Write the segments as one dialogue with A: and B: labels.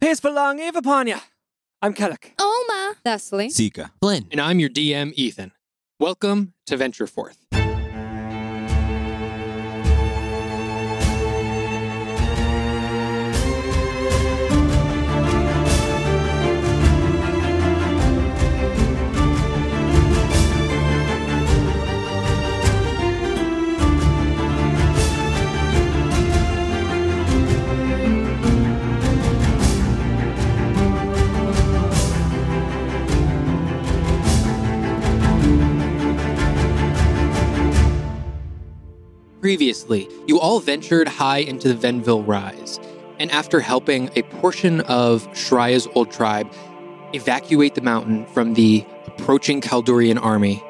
A: Here's for long, Eva Panya. I'm Kellic.
B: Oh,
C: Oma.
B: Thusly.
D: Zika.
E: Flynn.
F: And I'm your DM, Ethan. Welcome to Venture Forth. Previously, you all ventured high into the Venville Rise, and after helping a portion of Shraya's old tribe evacuate the mountain from the approaching Kaldurian army,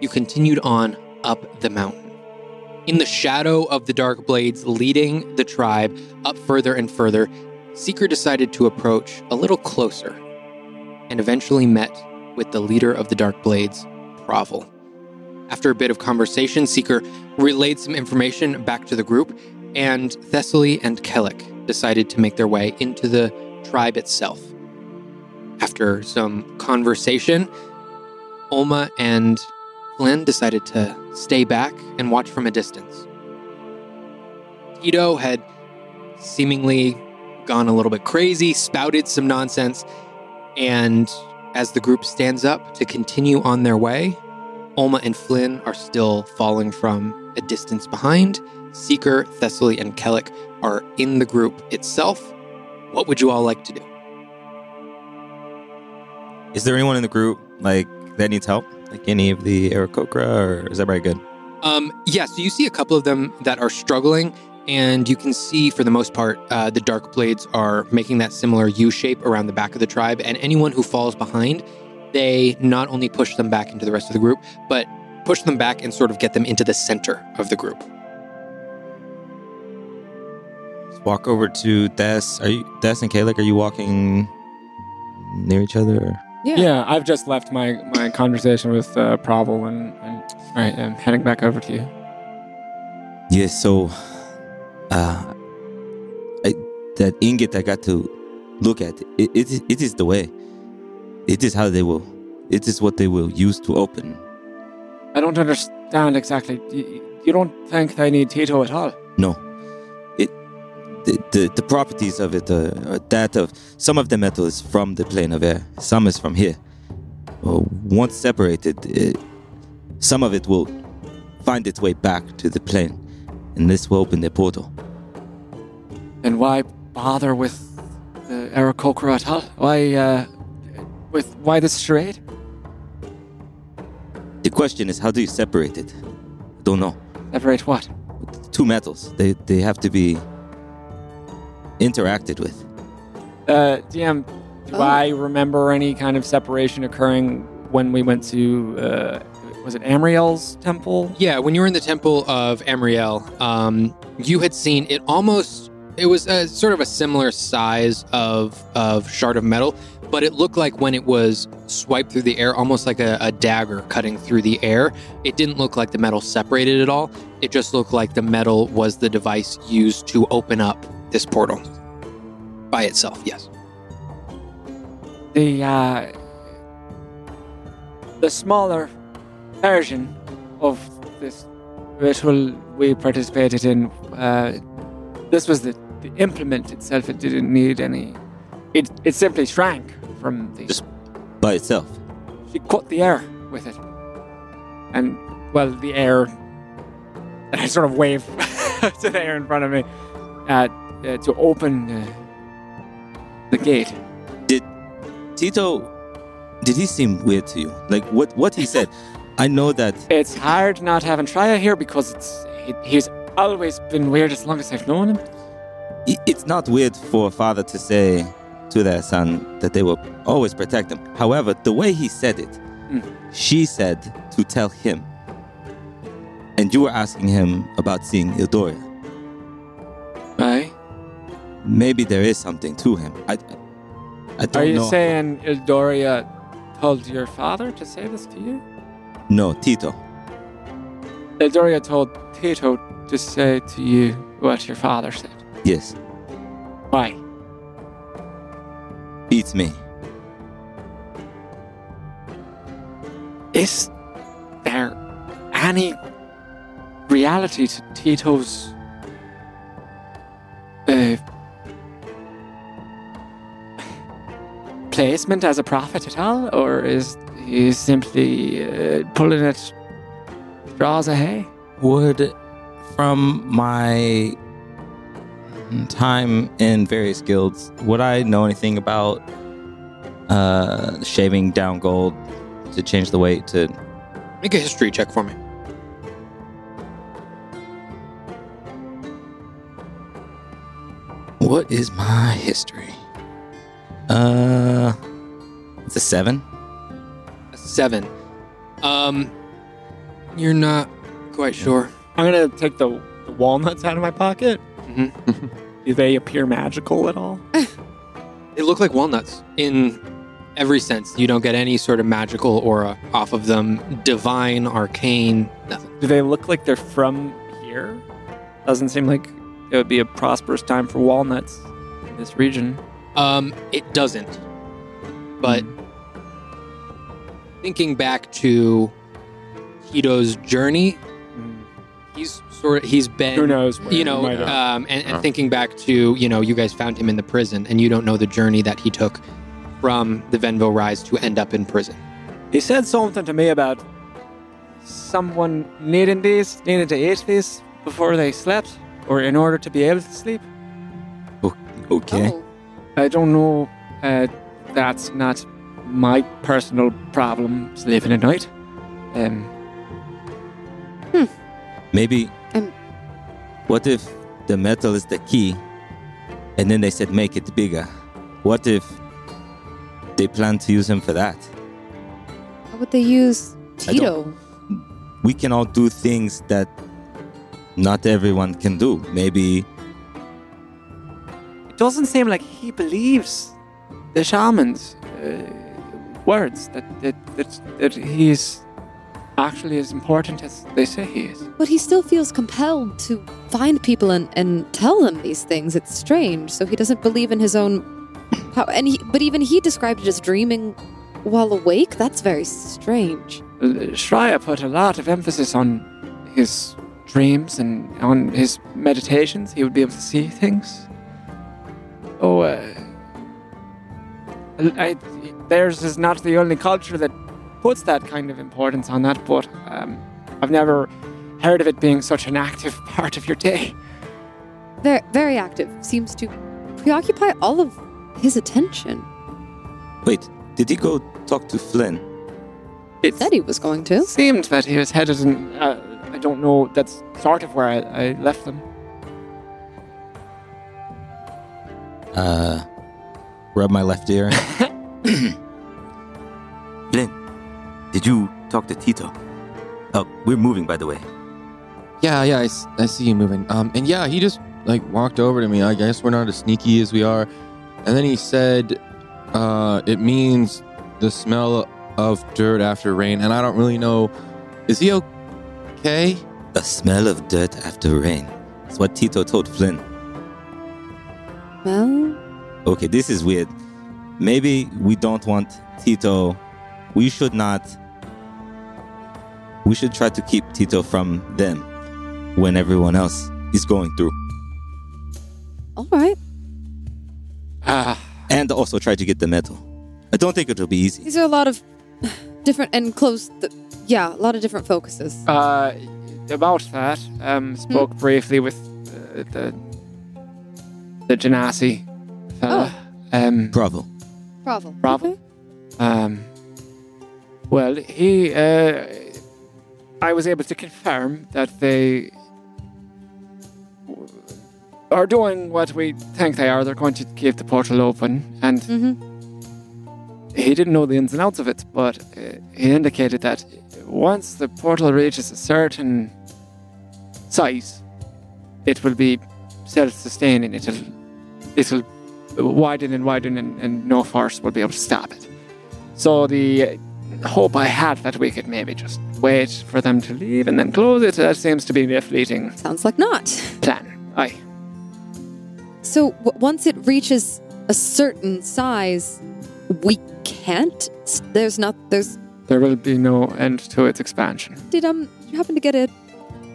F: you continued on up the mountain. In the shadow of the Dark Blades leading the tribe up further and further, Seeker decided to approach a little closer and eventually met with the leader of the Dark Blades, Provel. After a bit of conversation, Seeker relayed some information back to the group, and Thessaly and Kellic decided to make their way into the tribe itself. After some conversation, Olma and Flynn decided to stay back and watch from a distance. Tito had seemingly gone a little bit crazy, spouted some nonsense, and as the group stands up to continue on their way, Olma and Flynn are still falling from a distance behind. Seeker, Thessaly, and Kellic are in the group itself. What would you all like to do?
D: Is there anyone in the group like that needs help? Like any of the Aarakocra, or is everybody good?
F: Um, yeah, so you see a couple of them that are struggling, and you can see for the most part uh, the Dark Blades are making that similar U shape around the back of the tribe, and anyone who falls behind, they not only push them back into the rest of the group, but push them back and sort of get them into the center of the group.
D: Let's walk over to Des. Are you Des and Kalik? Are you walking near each other? Or?
B: Yeah.
E: Yeah, I've just left my, my conversation with uh, Provel and, and all right, I'm heading back over to you.
D: Yes. So, uh, I, that ingot I got to look at it, it. It is the way. It is how they will. It is what they will use to open.
E: I don't understand exactly. You, you don't think they need Tito at all?
D: No. It the, the, the properties of it are, are that of some of the metal is from the plane of air, some is from here. Uh, once separated, uh some of it will find its way back to the plane, and this will open the portal.
E: Then why bother with the Aarakocra at all? Why, uh, with, why this charade?
D: The question is, how do you separate it? Don't know.
E: Separate what?
D: Two metals. They they have to be interacted with.
E: Uh, DM, do
B: Oh.
E: I remember any kind of separation occurring when we went to, uh, was it Amriel's temple?
F: Yeah, when you were in the temple of Amriel, um, you had seen it almost. It was a, sort of a similar size of of shard of metal, but it looked like when it was swiped through the air, almost like a, a dagger cutting through the air. It didn't look like the metal separated at all. It just looked like the metal was the device used to open up this portal by itself. Yes.
E: The, uh, the smaller version of this ritual we participated in, uh, this was the, the implement itself. It didn't need any, it, it simply shrank from the
D: Just by itself.
E: She caught the air with it. And, well, the air. And I sort of wave to the air in front of me uh, uh, to open uh, the gate.
D: Tito, did he seem weird to you? Like what what he said? I know that
E: It's hard not having Shia here because it's he, he's always been weird as long as I've known him.
D: i- it's not weird for a father to say to their son that they will always protect him. However, the way he said it,
E: Mm.
D: she said to tell him. And you were asking him about seeing Ildoria.
E: Aye.
D: Maybe there is something to him. I, I don't
E: Are you
D: know.
E: saying Ildoria told your father to say this to you?
D: no, Tito.
E: Ildoria told Tito to say to you what your father said.
D: Yes.
E: Why?
D: awaits me.
E: Is there any reality to Tito's uh, placement as a prophet at all, or is he simply uh, pulling at straws of hay?
D: would from my time in various guilds would i know anything about uh shaving down gold to change the weight to
F: Make a history check for me.
D: what is my history uh it's a seven
F: A seven. Um, you're not quite sure.
G: I'm gonna take the, the walnuts out of my pocket.
F: Mhm.
E: Mm-hmm.
G: Do they appear magical at all?
F: They look like walnuts in every sense. You don't get any sort of magical aura off of them. Divine, arcane, nothing.
G: Do they look like they're from here? Doesn't seem like it would be a prosperous time for walnuts in this region.
F: Um, it doesn't. But thinking back to Hito's journey, he's sort of he's been
G: Who knows? Where
F: you know,
G: Might have-
F: um, and, and
H: Oh.
F: thinking back to you know, you guys found him in the prison, and you don't know the journey that he took from the Venville Rise to end up in prison.
E: He said something to me about someone needing these, needing to eat these before they slept, or in order to be able to sleep.
D: okay
B: Oh.
E: I don't know. Uh, that's not my personal problem sleeping at night. Um,
D: maybe
B: Um.
D: what if the metal is the key and then they said make it bigger what if they plan to use him for that
B: How would they use
D: I don't-
B: Tito?
D: we can all do things that not everyone can do. Maybe
E: it doesn't seem like he believes the shaman's uh, words that that, that that he's actually as important as they say he is.
B: But he still feels compelled to find people and, and tell them these things. It's strange. So he doesn't believe in his own. How, and he, but even he described it as dreaming while awake. That's very strange.
E: Shreya put a lot of emphasis on his dreams and on his meditations. He would be able to see things. Oh, uh, I, theirs is not the only culture that puts that kind of importance on that, but um, I've never heard of it being such an active part of your day.
B: Very, very active. Seems to preoccupy all of his attention.
D: wait, did he go talk to Flynn?
E: It's,
B: Said he was going to.
E: It seemed that he was headed in. Uh, I don't know. That's sort of where I, I left them.
D: Uh rub my left ear. Flynn, did you talk to Tito? Oh, we're moving by the way.
H: Yeah, yeah, I, s- I see you moving. Um, and yeah, he just like walked over to me. I guess we're not as sneaky as we are. And then he said, uh, "It means the smell of dirt after rain." And I don't really know. Is he okay?
D: The smell of dirt after rain. That's what Tito told Flynn.
B: Well,
D: Okay, this is weird. Maybe we don't want Tito. We should not. We should try to keep Tito from them when everyone else is going through.
B: all right.
E: Ah,
D: And also try to get the metal. I don't think it'll be easy.
B: These are a lot of different and close. Th- yeah, a lot of different focuses.
E: Uh, about that, um, spoke briefly with uh, the the Genasi
D: Uh,
E: fella.
B: Oh.
E: Um,
D: Bravo.
B: Problem.
E: Bravo. um, well, he, uh, I was able to confirm that they are doing what we think they are. They're going to keep the portal open, and
B: Mm-hmm.
E: he didn't know the ins and outs of it, but uh, he indicated that once the portal reaches a certain size, it will be self-sustaining. It'll it'll widen and widen, and, and no force will be able to stop it. So the uh, hope I had that we could maybe just wait for them to leave and then close it. That seems to be a fleeting
B: Sounds like not.
E: plan. Aye.
B: So w- once it reaches a certain size, we can't. s- There's not. There's.
E: There will be no end to its expansion.
B: Did um did you happen to get a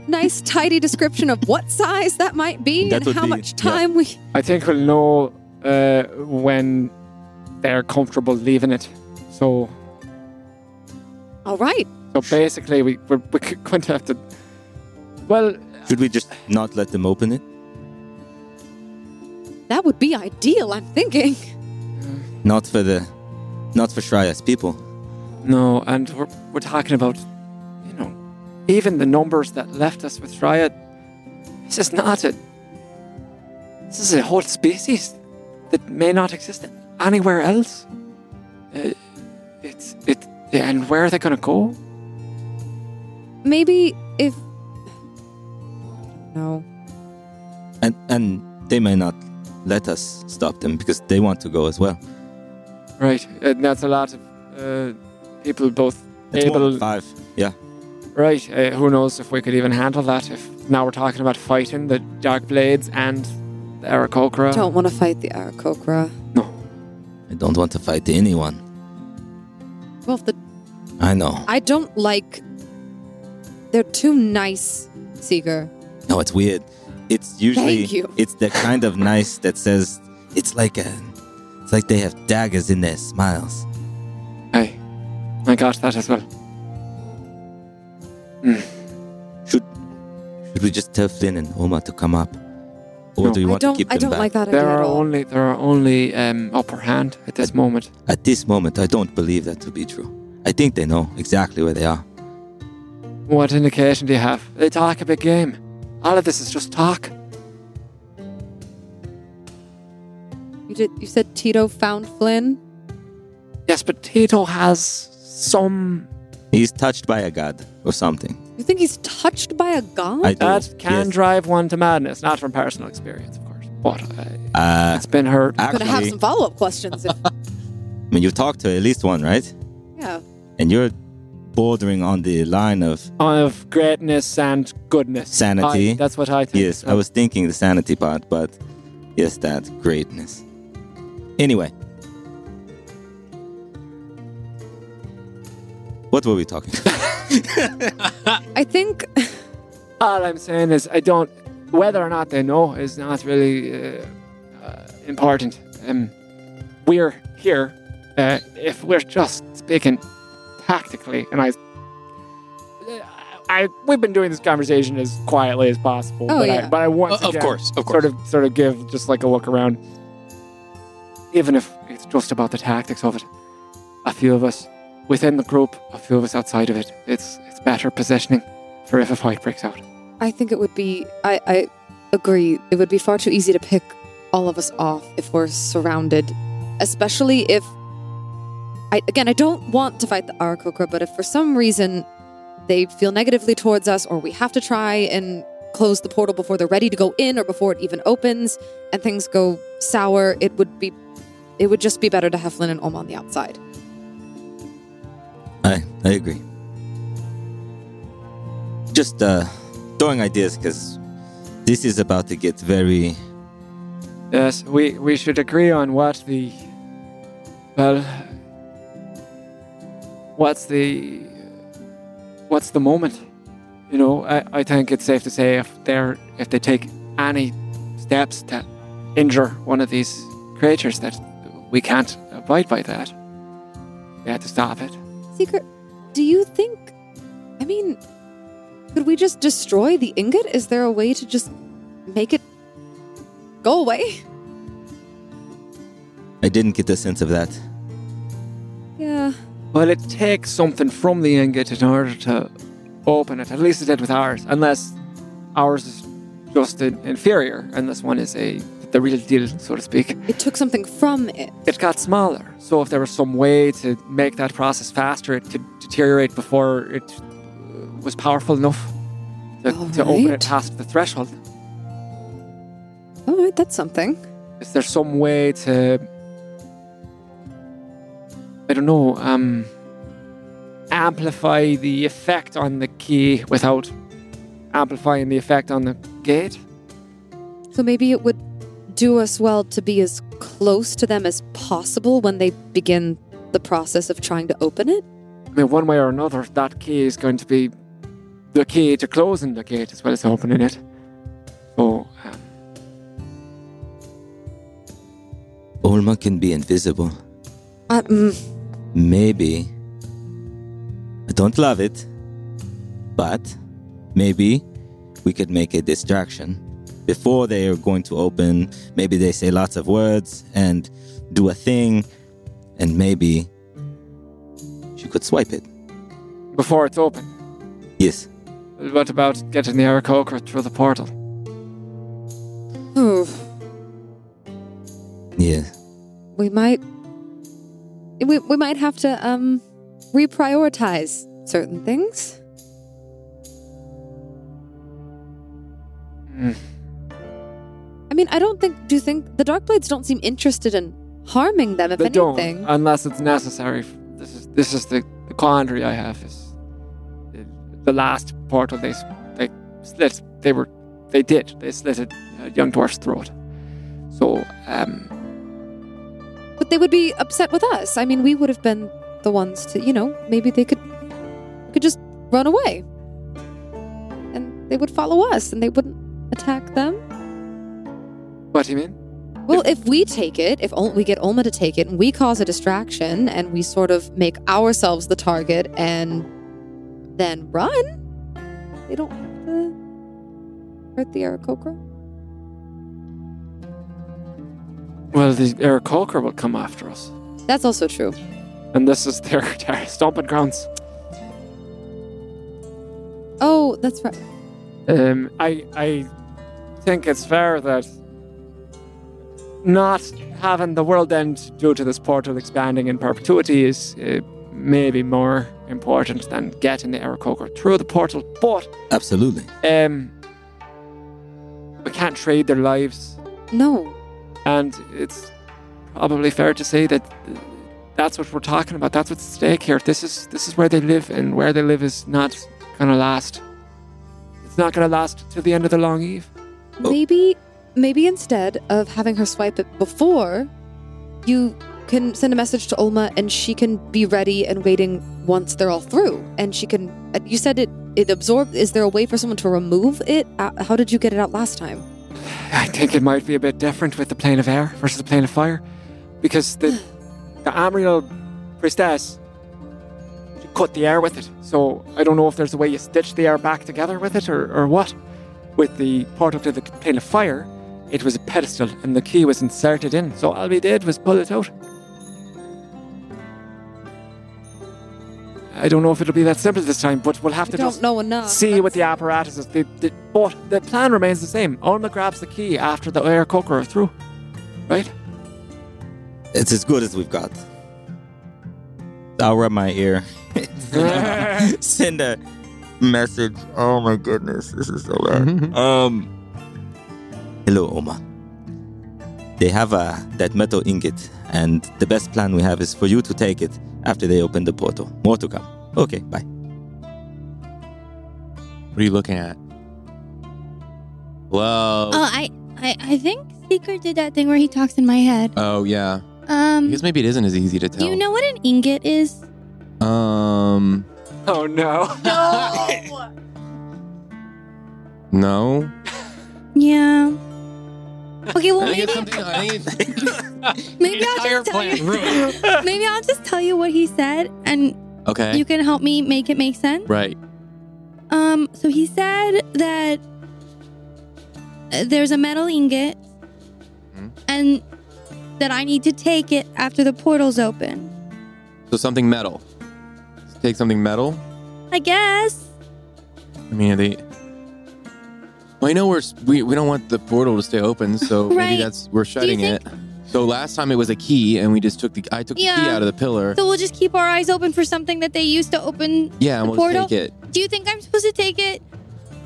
B: nice tidy description of what size that might be
D: That
B: and
D: would
B: how
D: be-
B: much
D: yeah.
B: time we?
E: I think we'll know uh, when they're comfortable leaving it. So,
B: All right.
E: so basically, we we're, we're going to have to. Well,
D: Should we just not let them open it?
B: That would be ideal, I'm thinking.
D: Not for the, not for Shraya's people.
E: no, and we're we're talking about, you know, even the numbers that left us with Riot. This is not a. This is a whole species that may not exist anywhere else. Uh, it's it. Yeah, and where are they going to go?
B: Maybe if. No.
D: And and they may not let us stop them because they want to go as well.
E: Right, and that's a lot of uh, people both
D: It's more
E: able.
D: than five. Yeah.
E: Right, uh, who knows if we could even handle that? If now we're talking about fighting the Dark Blades and the Arakokra.
B: Don't want to fight the Arakokra.
D: I don't want to fight anyone.
B: Well, if the
D: I know.
B: I don't like. They're too nice, Seeger.
D: No, it's weird. It's usually
B: Thank you.
D: it's the kind of nice that says it's like a it's like they have daggers in their smiles.
E: Hey, I got that as well.
D: Should should we just tell Flynn and Oma to come up? Or
E: No.
D: do you
B: I
D: want to
B: don't.
D: keep them
B: I don't
D: back?
B: like that idea
E: There
B: at
E: are
B: all.
E: only there are only um, upper hand at this moment.
D: At this moment I don't believe that to be true. I think they know exactly where they are.
E: What indication do you have? They talk a big game. All of this is just talk.
B: You did. You said Tito found Flynn.
E: Yes, but Tito has some.
D: He's touched by a god or something.
B: You think he's touched by a god?
D: I do.
E: That can
D: Oh, yes.
E: drive one to madness. Not from personal experience, of course. But uh,
D: uh,
E: it's been hurt.
B: I'm gonna have
D: actually,
B: some follow-up questions. If,
D: I mean you talked to at least one, right?
B: yeah.
D: And you're bordering on the line of
E: of greatness and goodness.
D: Sanity.
E: I- that's what I think. Um,
D: Yes, I was thinking the sanity part, but yes, that greatness. Anyway, what were we talking? about?
B: I think.
E: All I'm saying is, I don't. Whether or not they know is not really uh, uh, important. Um, we're here. Uh, if we're just speaking tactically, and I, uh, I, we've been doing this conversation as quietly as possible.
B: Oh,
E: but I,
B: yeah.
E: but I
F: Uh,
E: once
F: of
E: again
F: course, of course.
E: sort of sort of give just like a look around. Even if it's just about the tactics of it, a few of us within the group, a few of us outside of it, it's it's better positioning for if a fight breaks out.
B: I think it would be. I. I agree. It would be far too easy to pick all of us off if we're surrounded, especially if. I again, I don't want to fight the Arakokra, but if for some reason they feel negatively towards us, or we have to try and close the portal before they're ready to go in, or before it even opens, and things go sour, it would be. It would just be better to have Flynn and Om on the outside.
D: I I agree. Just uh, throwing ideas because this is about to get very.
E: Yes, we, we should agree on what the. Well. What's the. What's the moment? You know, I, I think it's safe to say if they're if they take any steps to injure one of these creatures, that we can't abide by that. We have to stop it.
B: Seeker, do you think? I mean, could we just destroy the ingot? Is there a way to just make it go away?
D: I didn't get the sense of that.
B: Yeah.
E: Well, it takes something from the ingot in order to open it. At least it did with ours, unless ours is just an inferior, and this one is a the real deal, so to speak.
B: It took something from it.
E: It got smaller, so if there was some way to make that process faster, it could deteriorate before it uh, was powerful enough to, to open it
B: Alright.
E: past the threshold.
B: All right, that's something.
E: Is there some way to? I don't know. Um, amplify the effect on the key without amplifying the effect on the gate.
B: So maybe it would do us well to be as close to them as possible when they begin the process of trying to open it?
E: I mean, one way or another, that key is going to be the key to closing the gate as well as opening it. So, um,
D: Olma can be invisible.
B: Uh, mm,
D: Maybe. I don't love it, but maybe we could make a distraction before they are going to open. Maybe they say lots of words and do a thing, and maybe she could swipe it.
E: before it's open.
D: Yes.
E: What about getting the Arakocra through the portal?
B: oh,
D: Yes.
B: we might we, we might have to um reprioritize certain things.
E: Hmm.
B: I mean, I don't think do you think the Darkblades don't seem interested in harming them if
E: They
B: anything.
E: don't, unless it's necessary. This is this is the, the quandary I have. Is the, the last portal they s- they slit? They were they did they slit a, a young dwarf's throat. So um,
B: But they would be upset with us. I mean, we would have been the ones to, you know, maybe they could could just run away. And they would follow us and they wouldn't attack them.
E: what do you mean?
B: Well, if we take it, if Ol- we get Olma to take it and we cause a distraction and we sort of make ourselves the target and then run, they don't have to hurt the Arakocra.
E: Well, the Arakocra will come after us,
B: That's also true.
E: and this is their, their stomping grounds.
B: Oh, that's right.
E: Um, I I think it's fair that not having the world end due to this portal expanding in perpetuity is uh, maybe more important than getting the Arakocra through the portal. But
D: Absolutely.
E: um, we can't trade their lives,
B: No.
E: and it's probably fair to say that uh, that's what we're talking about. That's what's at stake here. This is this is where they live, and where they live is not gonna last. It's not gonna last till the end of the long eve.
D: Oh.
B: Maybe, maybe instead of having her swipe it before, you can send a message to Olma, and she can be ready and waiting once they're all through, and she can. uh, You said it. It absorbed. Is there a way for someone to remove it? Uh, How did you get it out last time?
E: I think it might be a bit different with the plane of air versus the plane of fire, because the the Amriel priestess she cut the air with it. So I don't know if there's a way you stitch the air back together with it or, or what. With the portal to the plane of fire, it was a pedestal and the key was inserted in. So all we did was pull it out. I don't know if it'll be that simple this time, but we'll have
B: I
E: to
B: don't
E: just
B: know enough.
E: see what the apparatus is. The, the, but the plan remains the same. Olma grabs the key after the air cooker are through. Right?
D: It's as good as we've got. I'll rub my ear. Send a message. Oh my goodness, this is so bad. Um, hello, Oma. They have uh, that metal ingot, and the best plan we have is for you to take it after they open the portal. More to come. Okay, bye.
H: What are you looking at? Hello.
I: Oh, I, I, I think Seeker did that thing where he talks in my head.
H: oh yeah.
I: Um,
H: Because maybe it isn't as easy to tell.
I: do you know what an ingot is?
H: Um.
E: Oh no.
H: No.
I: Yeah. Okay, well
H: I think
I: maybe
H: it's something. I think it's-
I: maybe I'll
F: Entire
I: just tell
F: plan
I: you,
F: ruined.
I: maybe I'll just tell you what he said, and
H: okay.
I: you can help me make it make sense.
H: right.
I: Um, so he said that uh, there's a metal ingot
H: Hmm?
I: and that I need to take it after the portal's open.
H: So something metal. Take something metal.
I: I guess.
H: I mean, are they? Well, I know we're we, we don't want the portal to stay open, so
I: Right.
H: maybe that's we're shutting it. So last time it was a key, and we just took the I took the key
I: Yeah.
H: out of the pillar.
I: So we'll just keep our eyes open for something that they used to open.
H: yeah, and
I: the
H: we'll
I: portal?
H: take it.
I: Do you think I'm supposed to take it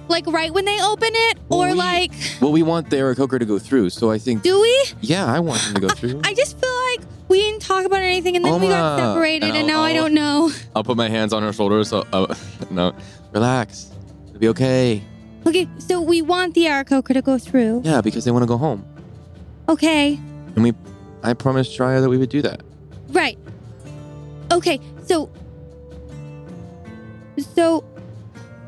I: like right when they open it?
H: Well,
I: or
H: we-
I: like
H: Well, we want the Aarakocra to go through, so I think
I: do we?
H: yeah, I want them to go through.
I: I just feel like we didn't talk about anything and then we got
H: Oma.
I: separated and now
H: Ow,
I: I
H: ow.
I: don't know.
H: I'll put my hands on her shoulders. So uh, no, relax. It'll be okay.
I: Okay, so we want the Aracoca to go through.
H: Yeah, because they want to go home,
I: Okay.
H: and we I promised Shreya that we would do that.
I: Right. Okay, so so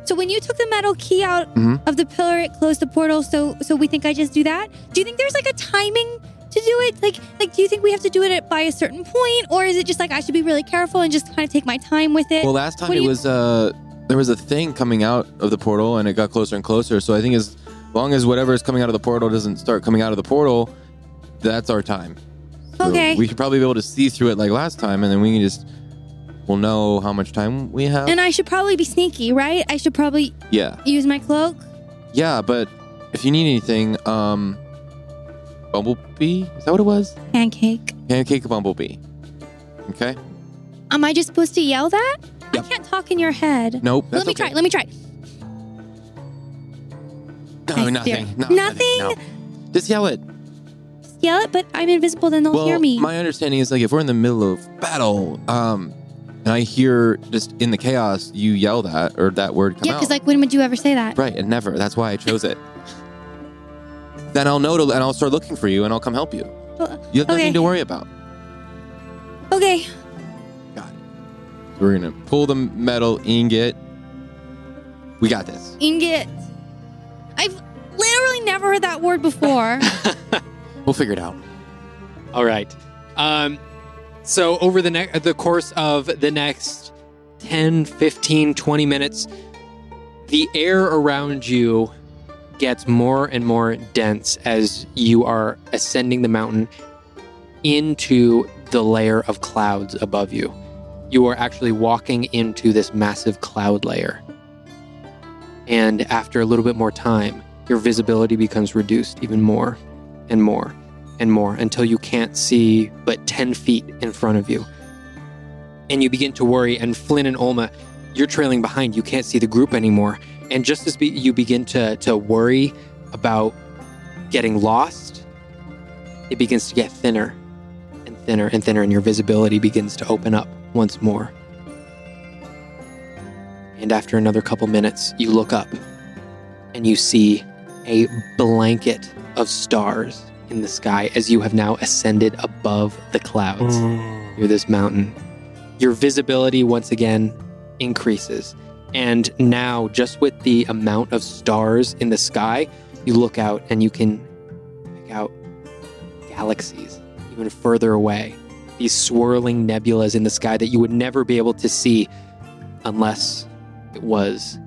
I: so when you took the metal key out
H: Mhm.
I: of the pillar, it closed the portal. So so we think I just do that. Do you think there's like a timing to do it? Like like do you think we have to do it at, by a certain point, or is it just like I should be really careful and just kind of take my time with it?
H: Well, last time
I: What
H: it
I: do you-
H: was uh, there was a thing coming out of the portal, and it got closer and closer. So I think as long as whatever is coming out of the portal doesn't start coming out of the portal, that's our time. So
I: Okay.
H: We should probably be able to see through it like last time, and then we can just we'll know how much time we have.
I: and I should probably be sneaky, right? I should probably
H: yeah,
I: use my cloak.
H: yeah. But if you need anything, um, Bumblebee is that what it was?
I: Pancake.
H: Pancake Bumblebee. Okay.
I: Am I just supposed to yell that? I can't talk in your head.
H: Nope. That's
I: Let me
H: okay.
I: try. Let me try.
H: No,
I: I
H: nothing.
I: fear-
H: No,
I: Nothing?
H: no. Just yell it.
I: Just yell it, but I'm invisible, then they'll
H: well,
I: hear me.
H: my understanding is like if we're in the middle of battle, um, and I hear just in the chaos you yell that or that word come
I: yeah,
H: out.
I: because like, when would you ever say that?
H: right, and never. That's why I chose it. then I'll know to, and I'll start looking for you, and I'll come help you.
I: Well,
H: You have
I: okay.
H: nothing to worry about.
I: Okay.
H: We're gonna pull the metal ingot. We got this.
I: Ingot. I've literally never heard that word before.
H: We'll figure it out.
F: All right. Um, so over the next the course of the next 10, 15, 20 minutes, the air around you gets more and more dense as you are ascending the mountain into the layer of clouds above you. You are actually walking into this massive cloud layer. And after a little bit more time, your visibility becomes reduced even more and more and more until you can't see but 10 feet in front of you. And you begin to worry, and Flynn and Olma, you're trailing behind. You can't see the group anymore. And just as be- you begin to, to worry about getting lost, it begins to get thinner and thinner and thinner, and your visibility begins to open up once more. And after another couple minutes, you look up and you see a blanket of stars in the sky as you have now ascended above the clouds near this mountain. Your visibility once again increases. And now, just with the amount of stars in the sky, you look out and you can pick out galaxies even further away. These swirling nebulas in the sky that you would never be able to see unless it was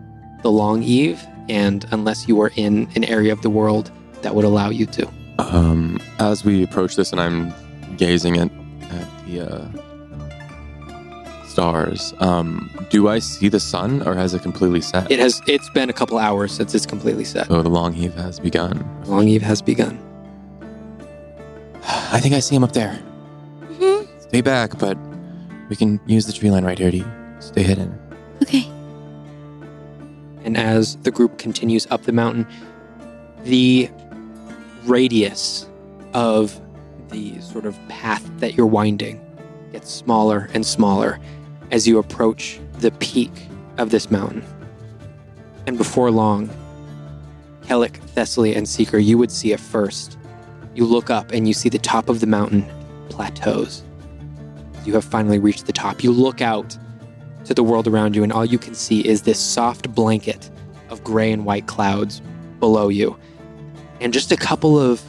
F: the long eve and unless you were in an area of the world that would allow you to.
H: Um, as we approach this, and I'm gazing at, at the uh, stars, um, do I see the sun or has it completely set?
F: It has it's been a couple hours since it's completely set.
H: Oh, the long heave has begun.
F: Long Eve has begun.
H: I think I see him up there.
I: hmm
H: Stay back, but we can use the tree line right here to stay hidden.
I: Okay.
F: And as the group continues up the mountain, the radius of the sort of path that you're winding gets smaller and smaller as you approach the peak of this mountain. And before long, Kellic, Thessaly, and Seeker, you would see it first. You look up and you see the top of the mountain plateaus. You have finally reached the top. You look out to the world around you, and all you can see is this soft blanket of gray and white clouds below you, and just a couple of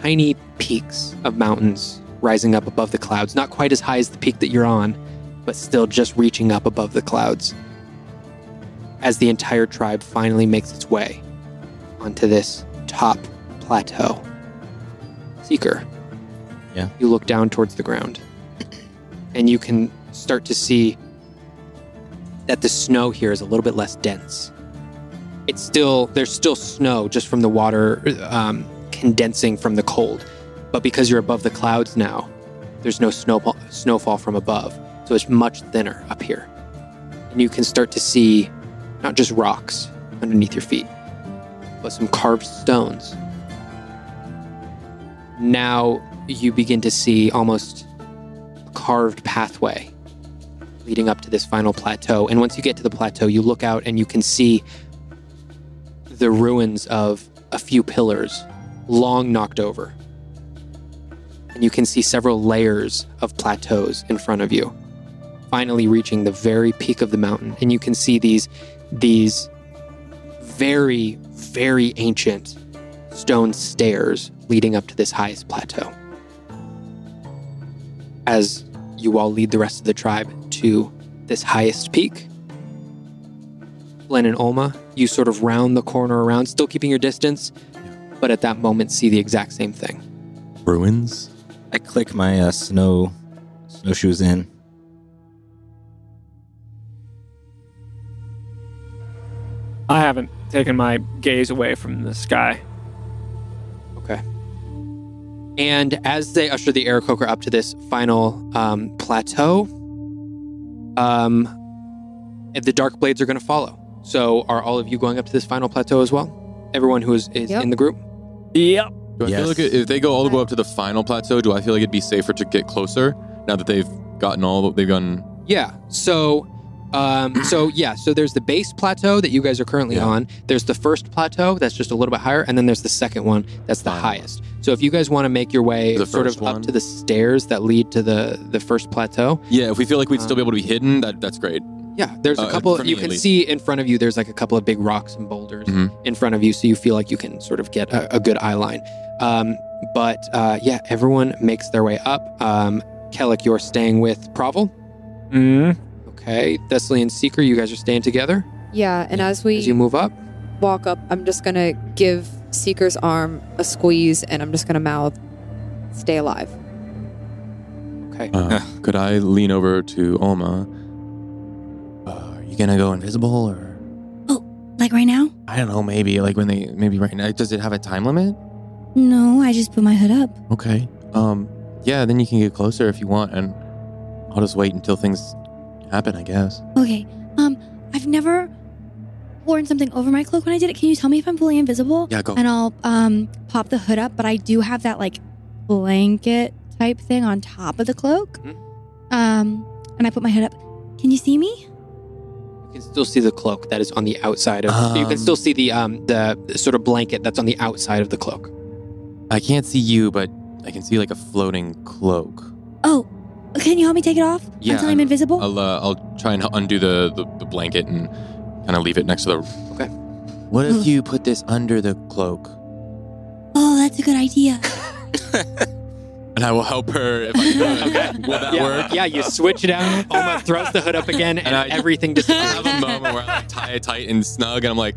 F: tiny peaks of mountains rising up above the clouds. Not quite as high as the peak that you're on, but still just reaching up above the clouds. As the entire tribe finally makes its way onto this top plateau. Seeker.
D: Yeah.
F: You look down towards the ground, and you can start to see that the snow here is a little bit less dense. It's still there's still snow just from the water um, condensing from the cold, but because you're above the clouds now, there's no snowfall snowfall from above, so it's much thinner up here, and you can start to see not just rocks underneath your feet, but some carved stones. Now you begin to see almost a carved pathway leading up to this final plateau. And once you get to the plateau, you look out and you can see the ruins of a few pillars, long knocked over. and you can see several layers of plateaus in front of you. Finally, reaching the very peak of the mountain, and you can see these these very very ancient stone stairs leading up to this highest plateau. As you all lead the rest of the tribe to this highest peak, Len and Olma, you sort of round the corner around, still keeping your distance, but at that moment see the exact same thing.
H: Ruins?
D: I click my uh, snow snowshoes in.
E: I haven't taken my gaze away from the sky.
F: Okay. And as they usher the air coker up to this final um, plateau, um, the dark blades are going to follow. So, are all of you going up to this final plateau as well? Everyone who is, is
B: Yep.
F: in the group?
E: Yep.
H: Do I feel
D: Yes.
H: like if they go all the way up to the final plateau, do I feel like it'd be safer to get closer now that they've gotten all they've gotten?
F: Yeah. So, um, so yeah. So there's the base plateau that you guys are currently
H: Yeah.
F: on. There's the first plateau that's just a little bit higher, and then there's the second one that's the
H: Final.
F: highest. So if you guys want to make your way
H: The
F: sort of
H: first
F: up
H: one?
F: to the stairs that lead to the the first plateau,
H: Yeah, if we feel like we'd
F: Um,
H: still be able to be hidden, that that's great.
F: yeah. There's a
H: Uh,
F: couple.
H: for me
F: You
H: at
F: can
H: least.
F: see in front of you. There's like a couple of big rocks and boulders
H: Mhm.
F: in front of you, so you feel like you can sort of get a, a good eye line. Um, but uh, yeah, everyone makes their way up. Um, Kellic, you're staying with Provel.
E: Mm.
F: Okay, Thessaly and Seeker, you guys are staying together
B: Yeah, and as we
F: as you move up.
B: walk up, I'm just gonna give Seeker's arm a squeeze, and I'm just gonna mouth, "Stay alive."
F: Okay.
H: Uh, could I lean over to Olma? Uh, are you gonna go invisible or
I: Like right now?
H: I don't know? Maybe like when they maybe right now. Does it have a time limit?
I: No, I just put my hood up.
H: Okay. Um. Yeah. Then you can get closer if you want, and I'll just wait until things happen. I guess.
I: Okay. Um, I've never worn something over my cloak when I did it. Can you tell me if I'm fully invisible?
H: Yeah. Go.
I: And I'll um pop the hood up, but I do have that like blanket type thing on top of the cloak.
F: Mhm.
I: Um, and I put my hood up. Can you see me?
F: You can still see the cloak that is on the outside of. you
H: Um,
F: can still see the um the the sort of blanket that's on the outside of the cloak.
H: I can't see you, but I can see like a floating cloak.
I: Oh, can you help me take it off
H: Yeah,
I: until I'm
H: I'm-
I: invisible?
H: I'll uh, I'll try and undo the, the the blanket and kind of leave it next to the.
F: Okay.
H: What if you put this under the cloak?
I: oh, that's a good idea.
H: And I will help her if I can. Will that
F: yeah,
H: work?
F: Yeah, you switch it out. Alma throws the hood up again, and,
H: And I-
F: everything
H: I have
F: disappears.
H: a moment where I like, tie it tight and snug, and I'm like,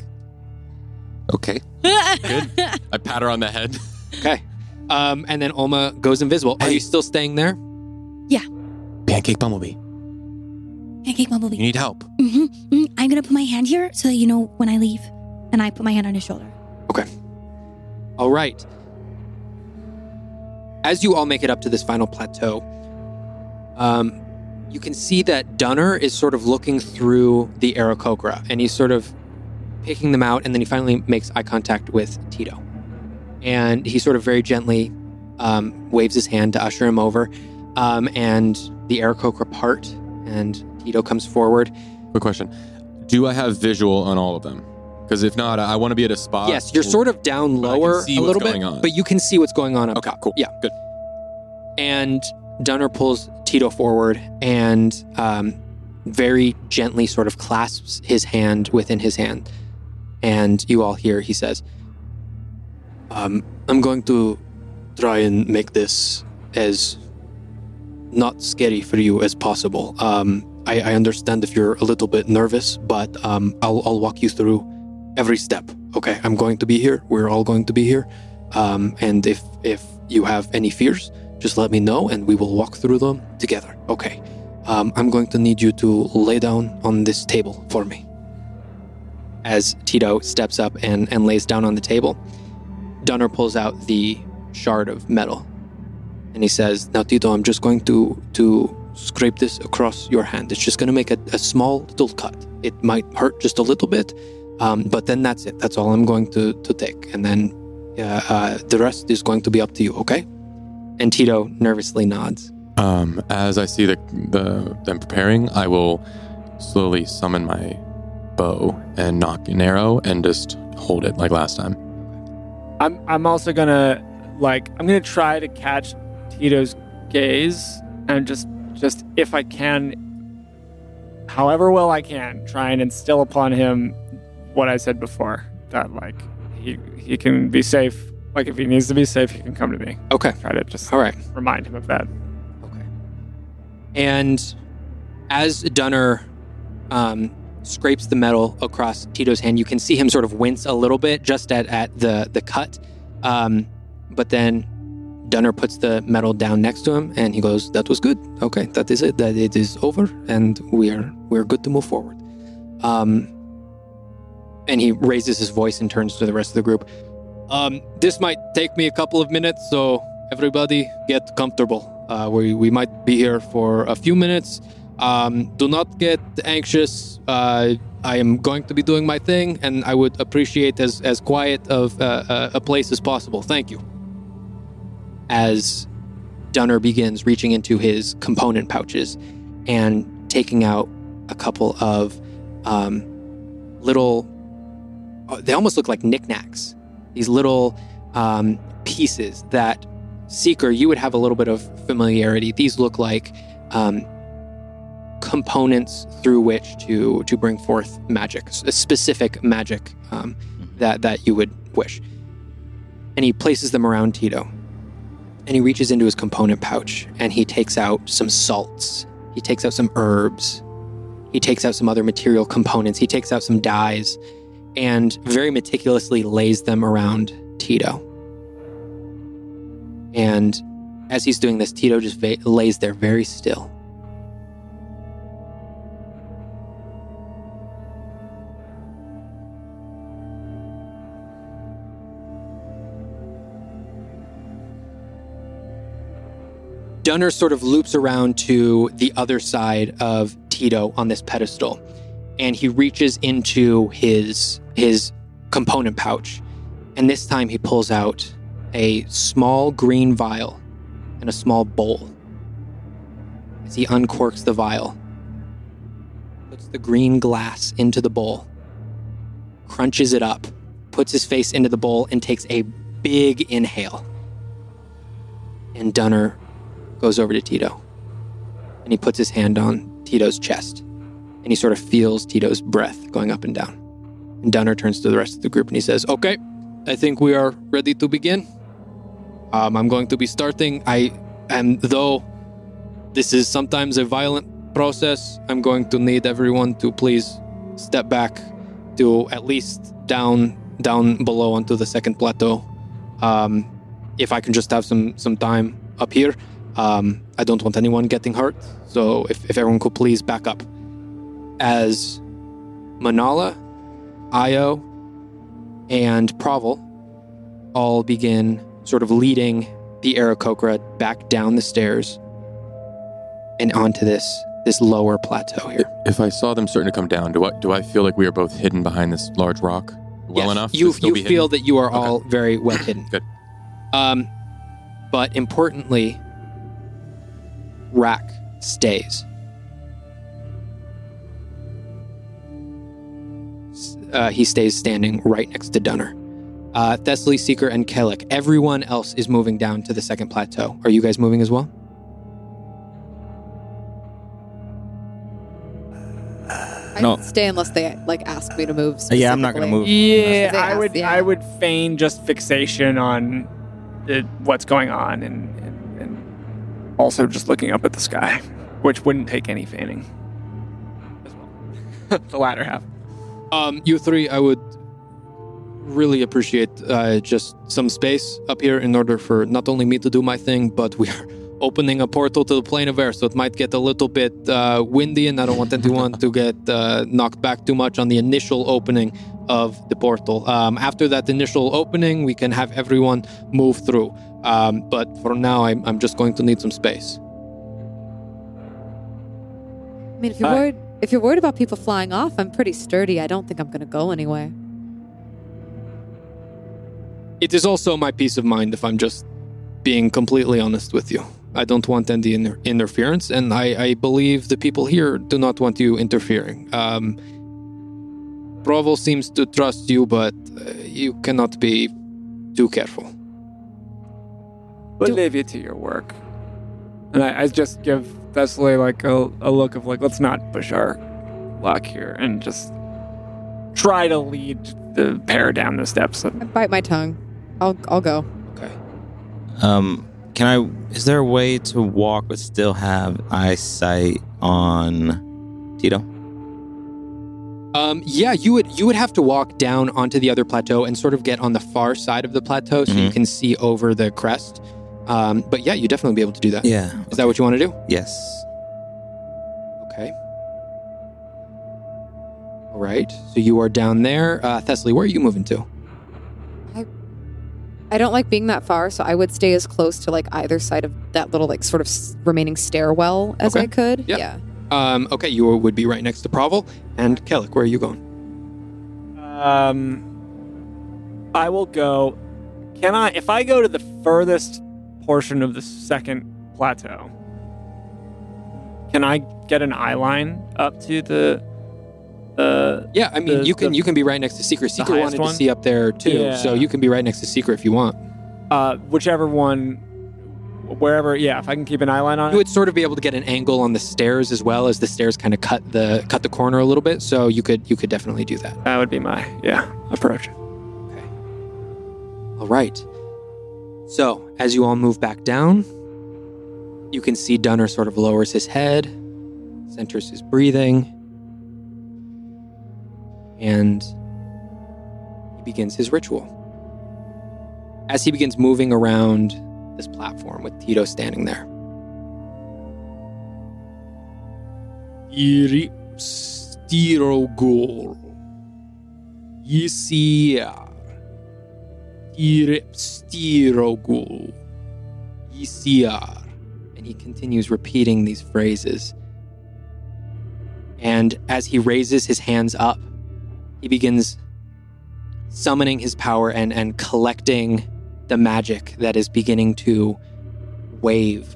D: Okay.
H: I pat her on the head.
F: okay. Um, and then Olma goes invisible. Are you still staying there?
H: Pancake Bumblebee,
I: Pancake Bumblebee.
H: need help.
I: hmm I'm gonna put my hand here so that you know when I leave, and I put my hand on his shoulder.
F: All right. As you all make it up to this final plateau, um, you can see that Dunner is sort of looking through the Aarakocra and he's sort of picking them out. And then he finally makes eye contact with Tito. And he sort of very gently um, waves his hand to usher him over. Um, and the Aarakocra part, and Tito comes forward.
H: Quick question: Do I have visual on all of them? Because if not, I, want to be at a spot.
F: yes, you're sort of down
H: But I can
F: lower
H: see
F: a
H: what's
F: little bit,
H: going on.
F: but you can see what's going on up
H: Okay,
F: top.
H: cool.
F: Yeah.
H: good.
F: and Dunner pulls Tito forward and um, very gently sort of clasps his hand within his hand. And you all hear he says, um, I'm going to try and make this as not scary for you as possible. Um, I, I understand if you're a little bit nervous, but um, I'll, I'll walk you through every step. Okay, I'm going to be here. We're all going to be here. Um, and if if you have any fears, just let me know and we will walk through them together. Okay. Um, I'm going to need you to lay down on this table for me. As Tito steps up and, and lays down on the table, Dunner pulls out the shard of metal and he says, Now, Tito, I'm just going to, to scrape this across your hand. It's just going to make a, a small little cut. It might hurt just a little bit, um, but then that's it. That's all I'm going to, to take. And then uh, uh, the rest is going to be up to you, okay? And Tito nervously nods.
H: Um, as I see the the them preparing, I will slowly summon my bow and knock an arrow and just hold it like last time.
E: I'm I'm also gonna like I'm gonna try to catch Tito's gaze and just just if I can however well I can try and instill upon him what I said before that like he he can be safe like if he needs to be safe he can come to me
F: Okay.
E: try to just
F: All right.
E: remind him of that
F: Okay. And as Dunner um, scrapes the metal across Tito's hand, you can see him sort of wince a little bit just at, at the, the cut. Um, but then Dunner puts the metal down next to him and he goes, That was good. Okay, that is it. That it is over and we are we're good to move forward. Um, and he raises his voice and turns to the rest of the group. Um, this might take me a couple of minutes, so everybody get comfortable. Uh, we, we might be here for a few minutes. Um, do not get anxious. Uh, I am going to be doing my thing, and I would appreciate as, as quiet of uh, uh, a place as possible. Thank you. As Dunner begins reaching into his component pouches and taking out a couple of um, little, uh, they almost look like knickknacks these little um, pieces that seeker you would have a little bit of familiarity these look like um, components through which to to bring forth magic s- specific magic um, that that you would wish and he places them around tito and he reaches into his component pouch and he takes out some salts he takes out some herbs he takes out some other material components he takes out some dyes and very meticulously lays them around Tito. And as he's doing this, Tito just va- lays there very still. Dunner sort of loops around to the other side of Tito on this pedestal and he reaches into his his component pouch and this time he pulls out a small green vial and a small bowl as he uncorks the vial puts the green glass into the bowl crunches it up puts his face into the bowl and takes a big inhale and dunner goes over to tito and he puts his hand on tito's chest and he sort of feels Tito's breath going up and down. And Dunner turns to the rest of the group and he says, Okay, I think we are ready to begin. Um, I'm going to be starting. I am, though this is sometimes a violent process, I'm going to need everyone to please step back to at least down down below onto the second plateau. Um, if I can just have some some time up here, um, I don't want anyone getting hurt. So if, if everyone could please back up as Manala, Io, and Provel all begin sort of leading the Arakokra back down the stairs and onto this this lower plateau here.
H: If I saw them starting to come down, do I do I feel like we are both hidden behind this large rock well
F: Yes,
H: enough? to
F: You
H: still
F: you
H: be
F: feel
H: hidden?
F: that you are all very well hidden.
H: Good.
F: Um, but importantly, Rack stays. S- Uh, he stays standing right next to Dunner. Uh, Thessaly, Seeker, and Kellic. Everyone else is moving down to the second plateau. Are you guys moving as well?
B: I
D: No.
B: stay unless they like ask me to move.
D: Yeah, I'm not gonna
B: specifically.
D: move.
E: yeah
B: They
E: I
B: ask,
E: would
B: yeah.
E: I would feign just fixation on the, what's going on and, and and also just looking up at the sky which wouldn't take any feigning as well the latter half
F: Um, you three, I would really appreciate uh, just some space up here in order for not only me to do my thing, but we are opening a portal to the plane of air, so it might get a little bit uh, windy, and I don't want anyone to get uh, knocked back too much on the initial opening of the portal. Um, after that initial opening, we can have everyone move through. Um, but for now, I'm, I'm just going to need some space.
B: I mean, if you're worried, if you're worried about people flying off, I'm pretty sturdy. I don't think I'm gonna go anywhere.
F: It is also my peace of mind if I'm just being completely honest with you. I don't want any inter- interference, and I, I believe the people here do not want you interfering. Um, Provo seems to trust you, but uh, you cannot be too careful.
E: But
B: Do-
E: leave you to your work. And I, I just give Thessaly like a, a look of like, let's not push our luck here and just try to lead the pair down the steps.
B: I bite my tongue. I'll I'll go.
D: Um, can I? Is there a way to walk but still have eyesight on Tito?
F: Um, yeah, you would you would have to walk down onto the other plateau and sort of get on the far side of the plateau so you
D: Mhm.
F: can see over the crest. Um, but yeah, you'd definitely be able to do that. Is
D: Yeah.
F: that what you want to do?
D: Yes.
F: Okay. All right. So you are down there, uh, Thessaly. Where are you moving to?
B: I don't like being that far, so I would stay as close to like either side of that little like sort of s- remaining stairwell as
F: Okay.
B: I could.
F: Yeah.
B: Yeah.
F: Um, okay, you would be right next to Provel and Kellic. Where are you going?
E: Um, I will go. Can I? If I go to the furthest portion of the second plateau, can I get an eye line up to the? Uh,
F: Yeah, I mean
E: The-
F: you can
E: the-
F: you can be right next to Secret. Secret
E: highest
F: wanted
E: one?
F: to see up there too,
E: Yeah.
F: so you can be right next to Secret if you want.
E: uh, whichever one, wherever. Yeah, if I can keep an eye line on it.
F: You would sort of be able to get an angle on the stairs as well as the stairs kind of cut the cut the corner a little bit, so you could you could definitely do that.
E: That would be my yeah approach.
F: All right. So as you all move back down, you can see Dunner sort of lowers his head, centers his breathing, and he begins his ritual. As he begins moving around this platform with Tito standing there. Iripstirogor. Yisia. Iripstirogul. Yisiar. E And he continues repeating these phrases. And as he raises his hands up, he begins summoning his power and, and collecting the magic that is beginning to wave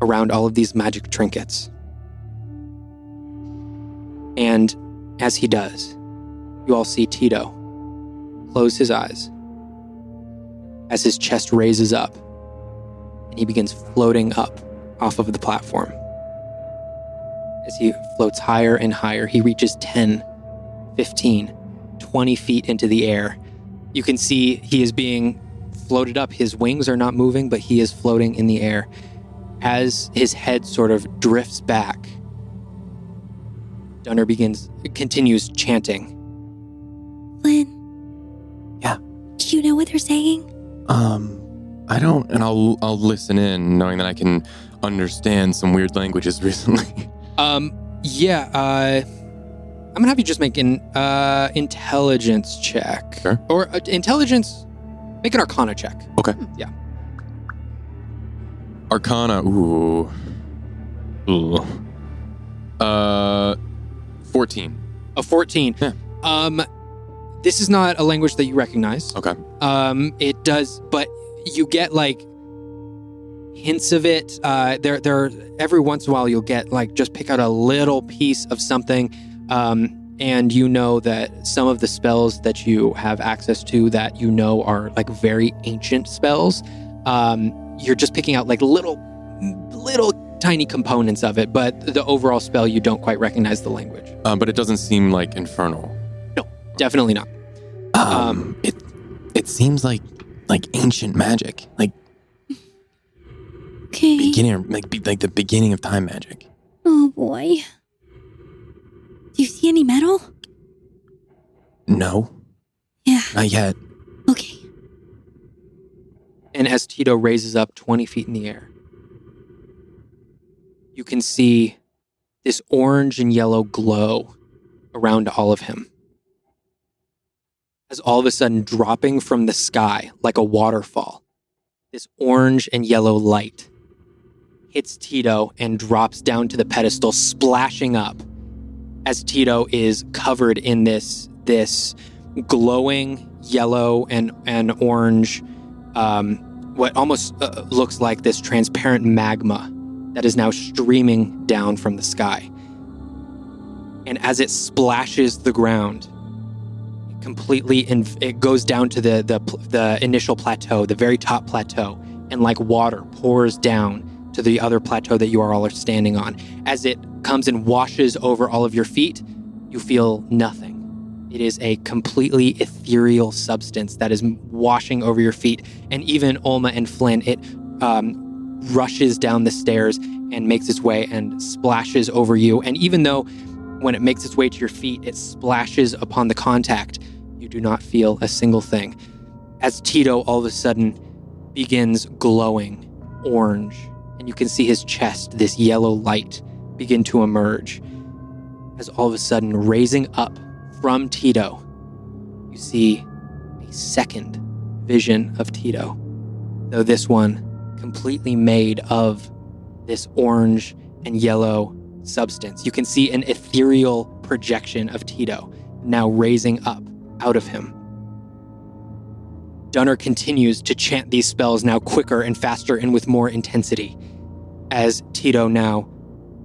F: around all of these magic trinkets. And as he does, you all see Tito close his eyes as his chest raises up and he begins floating up off of the platform. As he floats higher and higher, he reaches 10, 15, 20 feet into the air. You can see he is being floated up. His wings are not moving, but he is floating in the air. As his head sort of drifts back, Dunner begins continues chanting.
I: Lynn.
H: Yeah.
I: Do you know what they're saying?
H: Um, I don't, and I'll I'll listen in, knowing that I can understand some weird languages recently.
F: Um, yeah, uh, I'm gonna have you just make an uh, intelligence check
H: Sure.
F: or uh, intelligence. Make an Arcana check.
H: Arcana, ooh, ooh, uh, fourteen.
F: A 14.
H: Yeah.
F: Um, this is not a language that you recognize.
H: Okay.
F: Um, it does, but you get like hints of it. Uh, there, there. are- Every once in a while, you'll get like just pick out a little piece of something, um, and you know that some of the spells that you have access to that you know are like very ancient spells. Um, you're just picking out like little, little tiny components of it, but the overall spell you don't quite recognize the language.
H: Um, but it doesn't seem like infernal.
F: Definitely not.
H: Um, it it seems like like ancient magic, like
I: Okay.
H: beginning, like be, like the beginning of time magic.
I: Oh boy. Do you see any metal?
H: No,
I: Yeah.
H: not yet.
I: Okay.
F: And as Tito raises up 20 feet in the air, you can see this orange and yellow glow around all of him. As all of a sudden, dropping from the sky like a waterfall, this orange and yellow light hits Tito and drops down to the pedestal, splashing up as Tito is covered in this, this glowing yellow and, and orange um, what almost uh, looks like this transparent magma that is now streaming down from the sky. And as it splashes the ground, it completely inv- it goes down to the, the pl- the initial plateau, the very top plateau, and like water pours down to the other plateau that you are all are standing on. As it comes and washes over all of your feet, you feel nothing. It is a completely ethereal substance that is washing over your feet, and even Olma and Flynn, it um, rushes down the stairs and makes its way and splashes over you. And even though when it makes its way to your feet, it splashes upon the contact, you do not feel a single thing. As Tito all of a sudden begins glowing orange, and you can see his chest, this yellow light, begin to emerge. As all of a sudden, raising up from Tito, you see a second vision of Tito, though this one completely made of this orange and yellow substance. You can see an ethereal projection of Tito now raising up out of him. Dunner continues to chant these spells now quicker and faster and with more intensity as Tito now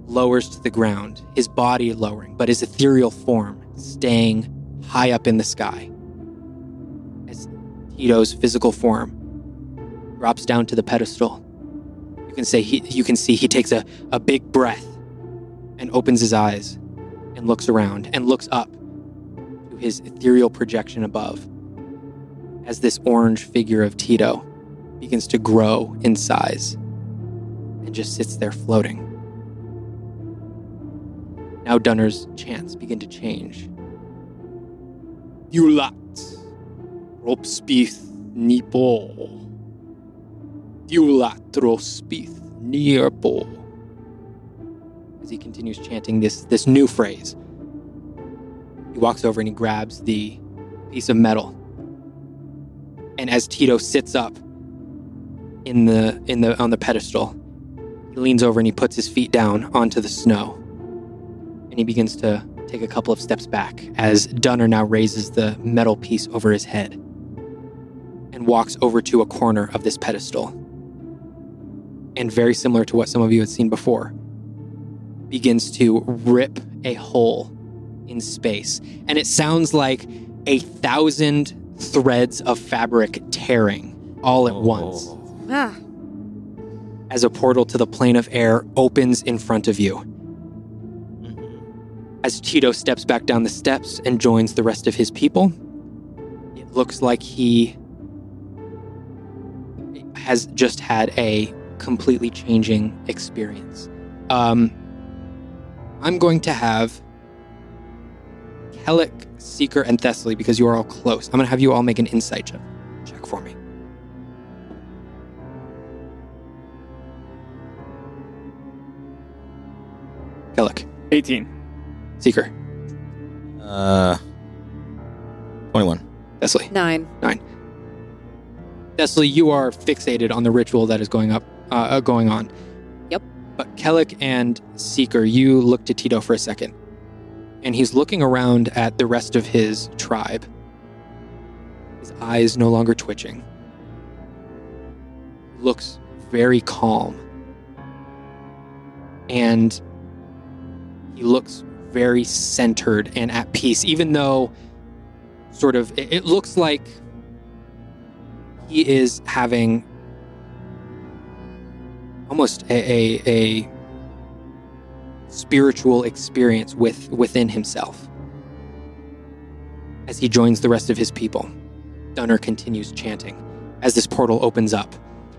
F: lowers to the ground, his body lowering, but his ethereal form staying high up in the sky. As Tito's physical form drops down to the pedestal, you can say he, you can see he takes a, a big breath and opens his eyes and looks around and looks up to his ethereal projection above as this orange figure of Tito begins to grow in size and just sits there floating. Now Dunner's chants begin to change. Dulat, Ropspith Nipo. Dulat, Ropspith Nierpo. As he continues chanting this, this new phrase, he walks over and he grabs the piece of metal and as Tito sits up in the in the on the pedestal, he leans over and he puts his feet down onto the snow. And he begins to take a couple of steps back as Dunner now raises the metal piece over his head and walks over to a corner of this pedestal. And very similar to what some of you had seen before, begins to rip a hole in space. And it sounds like a thousand threads of fabric tearing all at
H: Oh.
F: once
I: Ah,
F: as a portal to the plane of air opens in front of you. As Tito steps back down the steps and joins the rest of his people, it looks like he has just had a completely changing experience. Um, I'm going to have Kellic, Seeker, and Thessaly because you are all close. I'm going to have you all make an insight check, check for me. Kellic,
E: 18.
F: Seeker,
D: Uh, 21.
F: Thessaly.
B: Nine.
F: Thessaly, you are fixated on the ritual that is going up, uh, uh, going on.
B: Yep.
F: But Kellic and Seeker, you look to Tito for a second, and he's looking around at the rest of his tribe. His eyes no longer twitching. Looks very calm, and he looks very centered and at peace, even though, sort of, it- it looks like he is having almost a, a, a spiritual experience with within himself as he joins the rest of his people dunner continues chanting as this portal opens up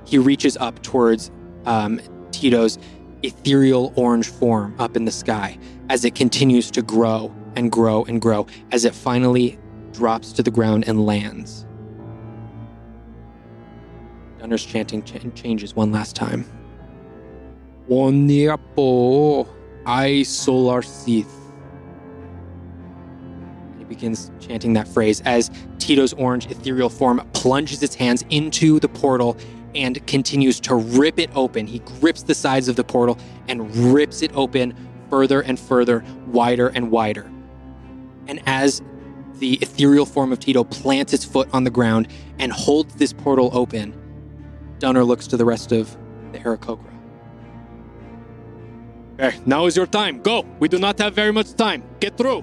F: he reaches up towards um, tito's ethereal orange form up in the sky as it continues to grow and grow and grow as it finally drops to the ground and lands Dunner's chanting ch- changes one last time. Oniapo, I solar seeth. And he begins chanting that phrase as Tito's orange ethereal form plunges its hands into the portal and continues to rip it open. He grips the sides of the portal and rips it open further and further, wider and wider. And as the ethereal form of Tito plants its foot on the ground and holds this portal open, Dunner looks to the rest of the Arakocra. now is your time. Go. We do not have very much time. Get through.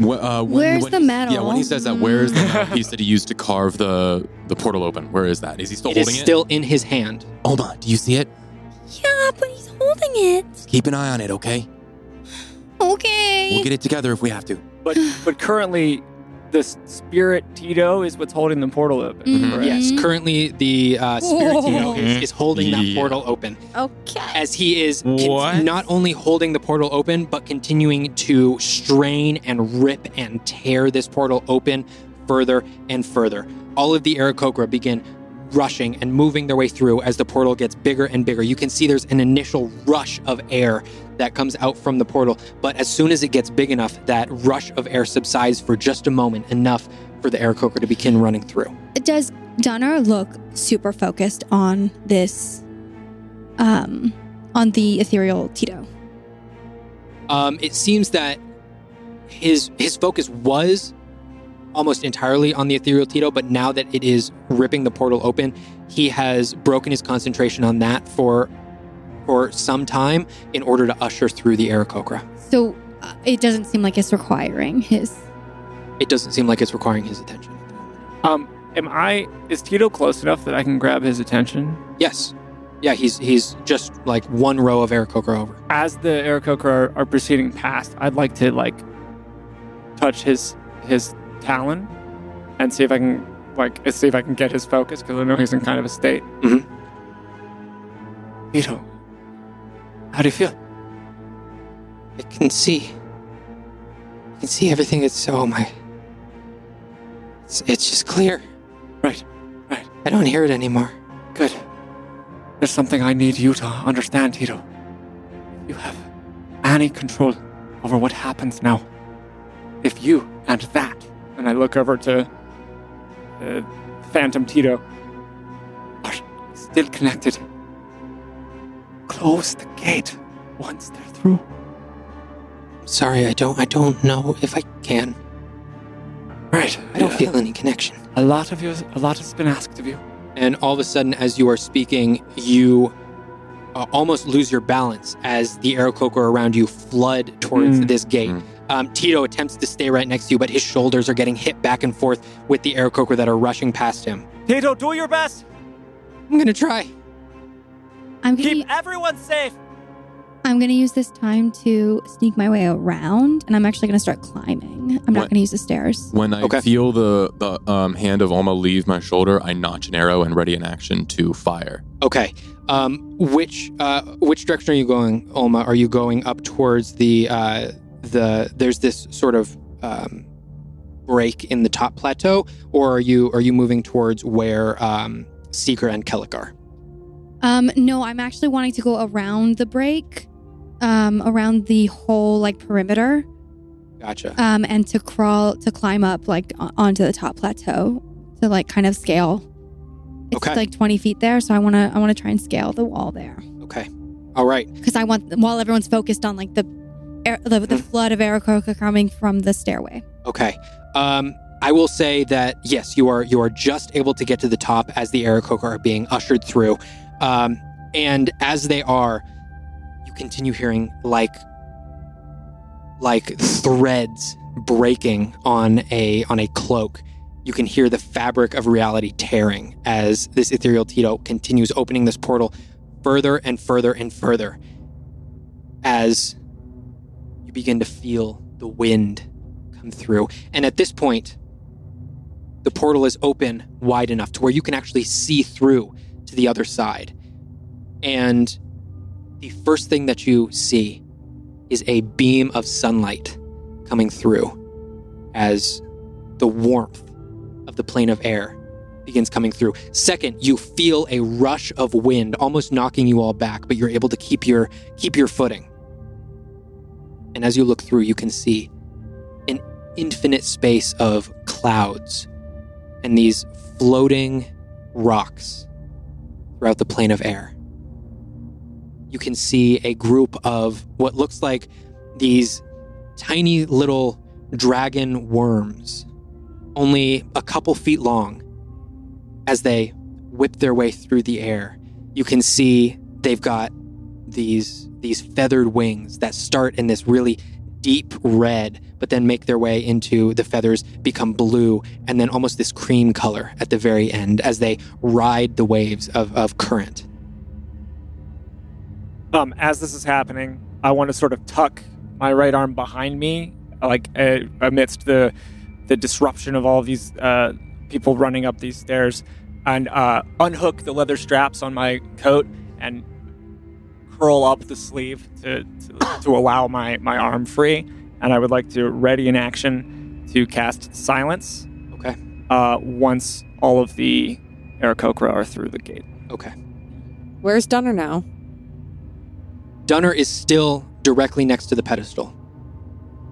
J: Wh- uh, when,
I: Where's
J: when
I: the
J: he-
I: metal?
J: Yeah, when he says that, where is the piece that he used to carve the the portal open? Where is that? Is he still
F: It
J: holding
F: is still in his hand.
H: it? Oma, do you see it?
I: Yeah, Ah, but he's holding it.
H: Keep an eye on it, okay?
I: Okay.
H: We'll get it together if we have to.
E: But but currently, the s- spirit Tito is what's holding the portal open.
I: Mhm.
E: correct?
F: Yes,
I: Mhm.
F: currently the uh,
I: Whoa.
F: spirit Tino is,
D: Mhm.
F: is holding that
J: Yeah.
F: portal open
I: Okay.
F: as he is con-
D: What?
F: not only holding the portal open but continuing to strain and rip and tear this portal open further and further. All of the Aarakocra begin rushing and moving their way through as the portal gets bigger and bigger. You can see there's an initial rush of air that comes out from the portal, but as soon as it gets big enough, that rush of air subsides for just a moment, enough for the Aarakocra to begin running through.
I: Does Donner look super focused on this, um, on the ethereal Tito?
F: um, it seems that his his focus was almost entirely on the ethereal Tito, but now that it is ripping the portal open, he has broken his concentration on that for for some time in order to usher through the Aarakocra.
I: So uh, it doesn't seem like it's requiring his.
F: It doesn't seem like it's requiring his attention. at the moment.
E: Um, am I? Is Tito close enough that I can grab his attention?
F: Yes, yeah, he's he's just like one row of Aarakocra over.
E: As the Aarakocra are, are proceeding past, I'd like to like touch his his talon and see if I can like see if I can get his focus because I know he's in kind of a state.
F: Mhm.
E: Tito, how do you feel?
F: I can see. I can see everything. It's oh my. It's, it's just clear.
E: Right, right.
F: I don't hear it anymore.
E: Good. There's something I need you to understand, Tito. You have any control over what happens now. If you and that, and I look over to uh, Phantom Tito, are still connected, close the gate once they're through.
F: Sorry, I don't. I don't know if I can.
E: Right.
F: I don't feel any connection.
E: A lot of you. A lot has been asked of you.
F: And all of a sudden, as you are speaking, you uh, almost lose your balance as the Aarakocra around you flood towards
E: Mm.
F: this gate.
H: Mm.
F: Um, Tito attempts to stay right next to you, but his shoulders are getting hit back and forth with the Aarakocra that are rushing past him.
A: Tito, do your best.
F: I'm gonna try.
I: I'm gonna,
A: Keep everyone safe.
I: I'm gonna use this time to sneak my way around, and I'm actually gonna start climbing. I'm
J: What?
I: not gonna use the stairs.
J: When I
F: Okay.
J: feel the the um, hand of Alma leave my shoulder, I notch an arrow and ready an action to fire.
F: Okay. Um, which uh, which direction are you going, Olma? Are you going up towards the uh, the? There's this sort of um, break in the top plateau, or are you are you moving towards where um, Seeker and Kellic are?
I: Um, no, I'm actually wanting to go around the break, um, around the whole like perimeter,
F: Gotcha.
I: um, and to crawl to climb up like o- onto the top plateau to like kind of scale. It's
F: Okay.
I: like 20 feet there, so I wanna I wanna try and scale the wall there.
F: Okay. All right.
I: because I want while everyone's focused on like the air, the, the flood of Aarakocra coming from the stairway.
F: Okay. Um, I will say that yes, you are you are just able to get to the top as the Aarakocra are being ushered through, um, and as they are, you continue hearing like like threads breaking on a on a cloak. You can hear the fabric of reality tearing as this ethereal Tito continues opening this portal further and further and further. As you begin to feel the wind come through. And at this point, the portal is open wide enough to where you can actually see through to the other side. And the first thing that you see is a beam of sunlight coming through as the warmth of the plane of air begins coming through. Second, you feel a rush of wind almost knocking you all back, but you're able to keep your keep your footing. And as you look through, you can see infinite space of clouds and these floating rocks throughout the plane of air. You can see a group of what looks like these tiny little dragon worms, only a couple feet long, as they whip their way through the air. You can see they've got these these feathered wings that start in this really deep red, but then make their way into the feathers, become blue, and then almost this cream color at the very end as they ride the waves of, of current.
E: Um, as this is happening, I want to sort of tuck my right arm behind me, like uh, amidst the the disruption of all these uh, people running up these stairs, and uh, unhook the leather straps on my coat and curl up the sleeve to to, to allow my my arm free. And I would like to ready in action to cast silence.
F: Okay.
E: Uh, once all of the Arakokra are through the gate.
F: Okay.
B: Where's Dunner now?
F: Dunner is still directly next to the pedestal.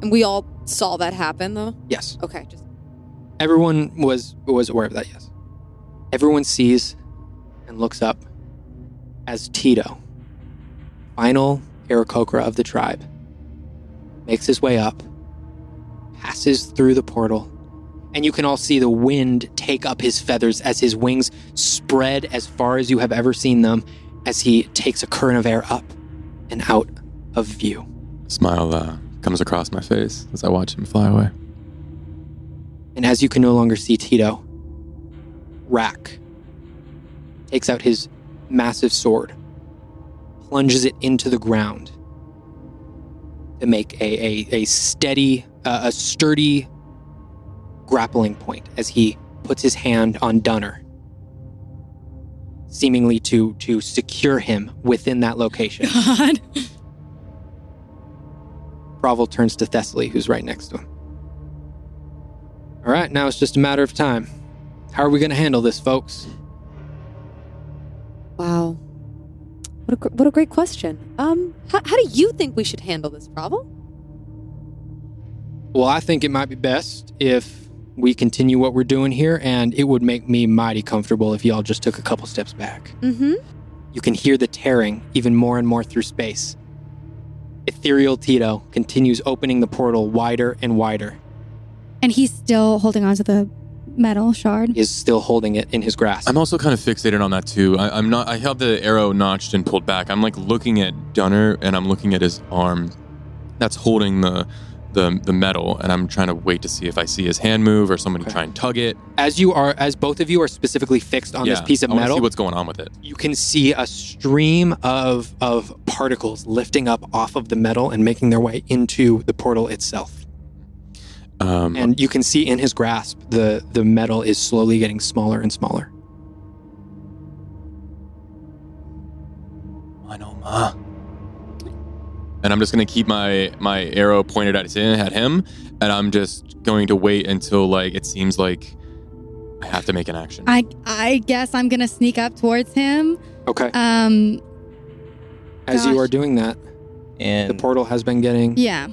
B: And we all saw that happen, though.
F: Yes.
B: Okay, just
F: Everyone was was aware of that, yes. Everyone sees and looks up as Tito, final Arakokra of the tribe, makes his way up, passes through the portal, and you can all see the wind take up his feathers as his wings spread as far as you have ever seen them as he takes a current of air up and out of view.
J: Smile uh, comes across my face as I watch him fly away.
F: And as you can no longer see Tito, Rack takes out his massive sword, plunges it into the ground to make a, a, a steady, uh, a sturdy grappling point as he puts his hand on Dunner, seemingly to, to secure him within that location.
I: God.
F: Provel turns to Thessaly, who's right next to him. All right, now it's just a matter of time. How are we going to handle this, folks?
B: wow. What a gr- what a great question. Um, how, how do you think we should handle this problem?
F: Well, I think it might be best if we continue what we're doing here, and it would make me mighty comfortable if y'all just took a couple steps back.
B: Mm-hmm.
F: You can hear the tearing even more and more through space. Ethereal Tito continues opening the portal wider and wider.
I: And he's still holding on to the metal shard.
F: He is still holding it in his grasp.
J: I'm also kind of fixated on that too. I, I'm not. I held the arrow notched and pulled back. I'm like looking at Dunner and I'm looking at his arm that's holding the the the metal, and I'm trying to wait to see if I see his hand move or somebody
F: Okay.
J: try and tug it
F: As you are, as both of you are specifically fixed on this
J: Yeah,
F: piece of
J: I wanna
F: metal,
J: See what's going on with it?
F: you can see a stream of of particles lifting up off of the metal and making their way into the portal itself.
J: Um,
F: And you can see in his grasp the the metal is slowly getting smaller and smaller.
J: Manoma. And I'm just gonna keep my my arrow pointed at his, at him, and I'm just going to wait until like it seems like I have to make an action.
I: I I guess I'm gonna sneak up towards him.
F: Okay.
I: Um.
F: As you
I: gosh.
F: are doing that, the
D: And
F: portal has been getting
I: Yeah.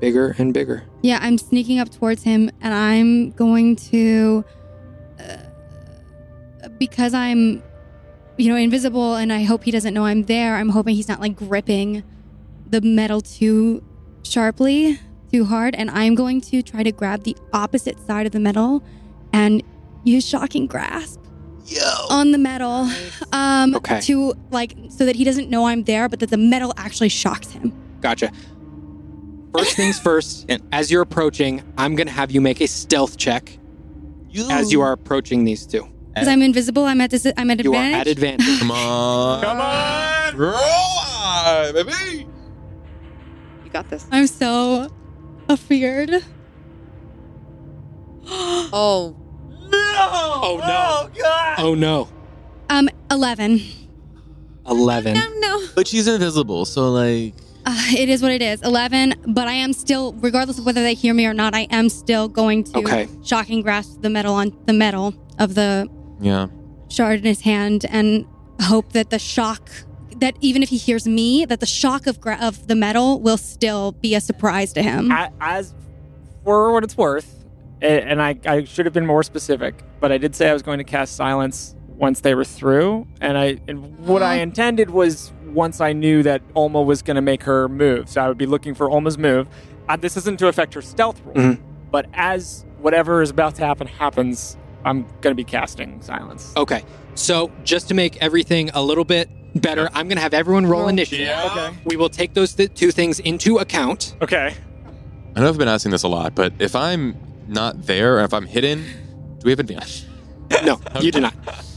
F: bigger and bigger.
I: Yeah. I'm sneaking up towards him, and I'm going to, uh, because I'm, you know, invisible, and I hope he doesn't know I'm there. I'm hoping he's not like gripping the metal too sharply, too hard, and I'm going to try to grab the opposite side of the metal, and use shocking grasp. on the metal um
F: Okay.
I: to like so that he doesn't know I'm there but that the metal actually shocks him.
F: Gotcha. First things first, and as you're approaching, I'm gonna have you make a stealth check as you are approaching these two.
I: Cuz I'm invisible, I'm at this I'm at
F: You
I: advantage.
F: are at advantage.
J: Come on,
A: Come on!
J: roll on, baby.
B: You got this.
I: I'm so afeared.
B: Oh,
F: Oh no. Oh no.
I: Um 11.
F: Eleven.
B: no.
H: But she's invisible, so like
I: Uh, it is what it is. 11, but I am still regardless of whether they hear me or not, I am still going to
F: Okay.
I: shocking grasp the metal on the metal of the
J: Yeah,
I: shard in his hand and hope that the shock that even if he hears me that the shock of gra- of the metal will still be a surprise to him
E: A-
F: Mm-hmm.
E: as for what it's worth, a- and I, I should have been more specific, but I did say I was going to cast silence once they were through, and I and what I
I: Uh-huh.
E: intended was once I knew that Olma was going to make her move, so I would be looking for Olma's move. Uh, this isn't to affect her stealth roll,
F: Mhm.
E: but as whatever is about to happen happens, I'm going to be casting silence.
F: Oh, Okay. So just to make everything a little bit better. I'm going to have everyone roll initiative.
E: Okay.
F: We will take those th- two things into account.
E: Okay.
J: I know I've been asking this a lot, but if I'm not there or if I'm hidden, do we have advantage?
F: No, you do not.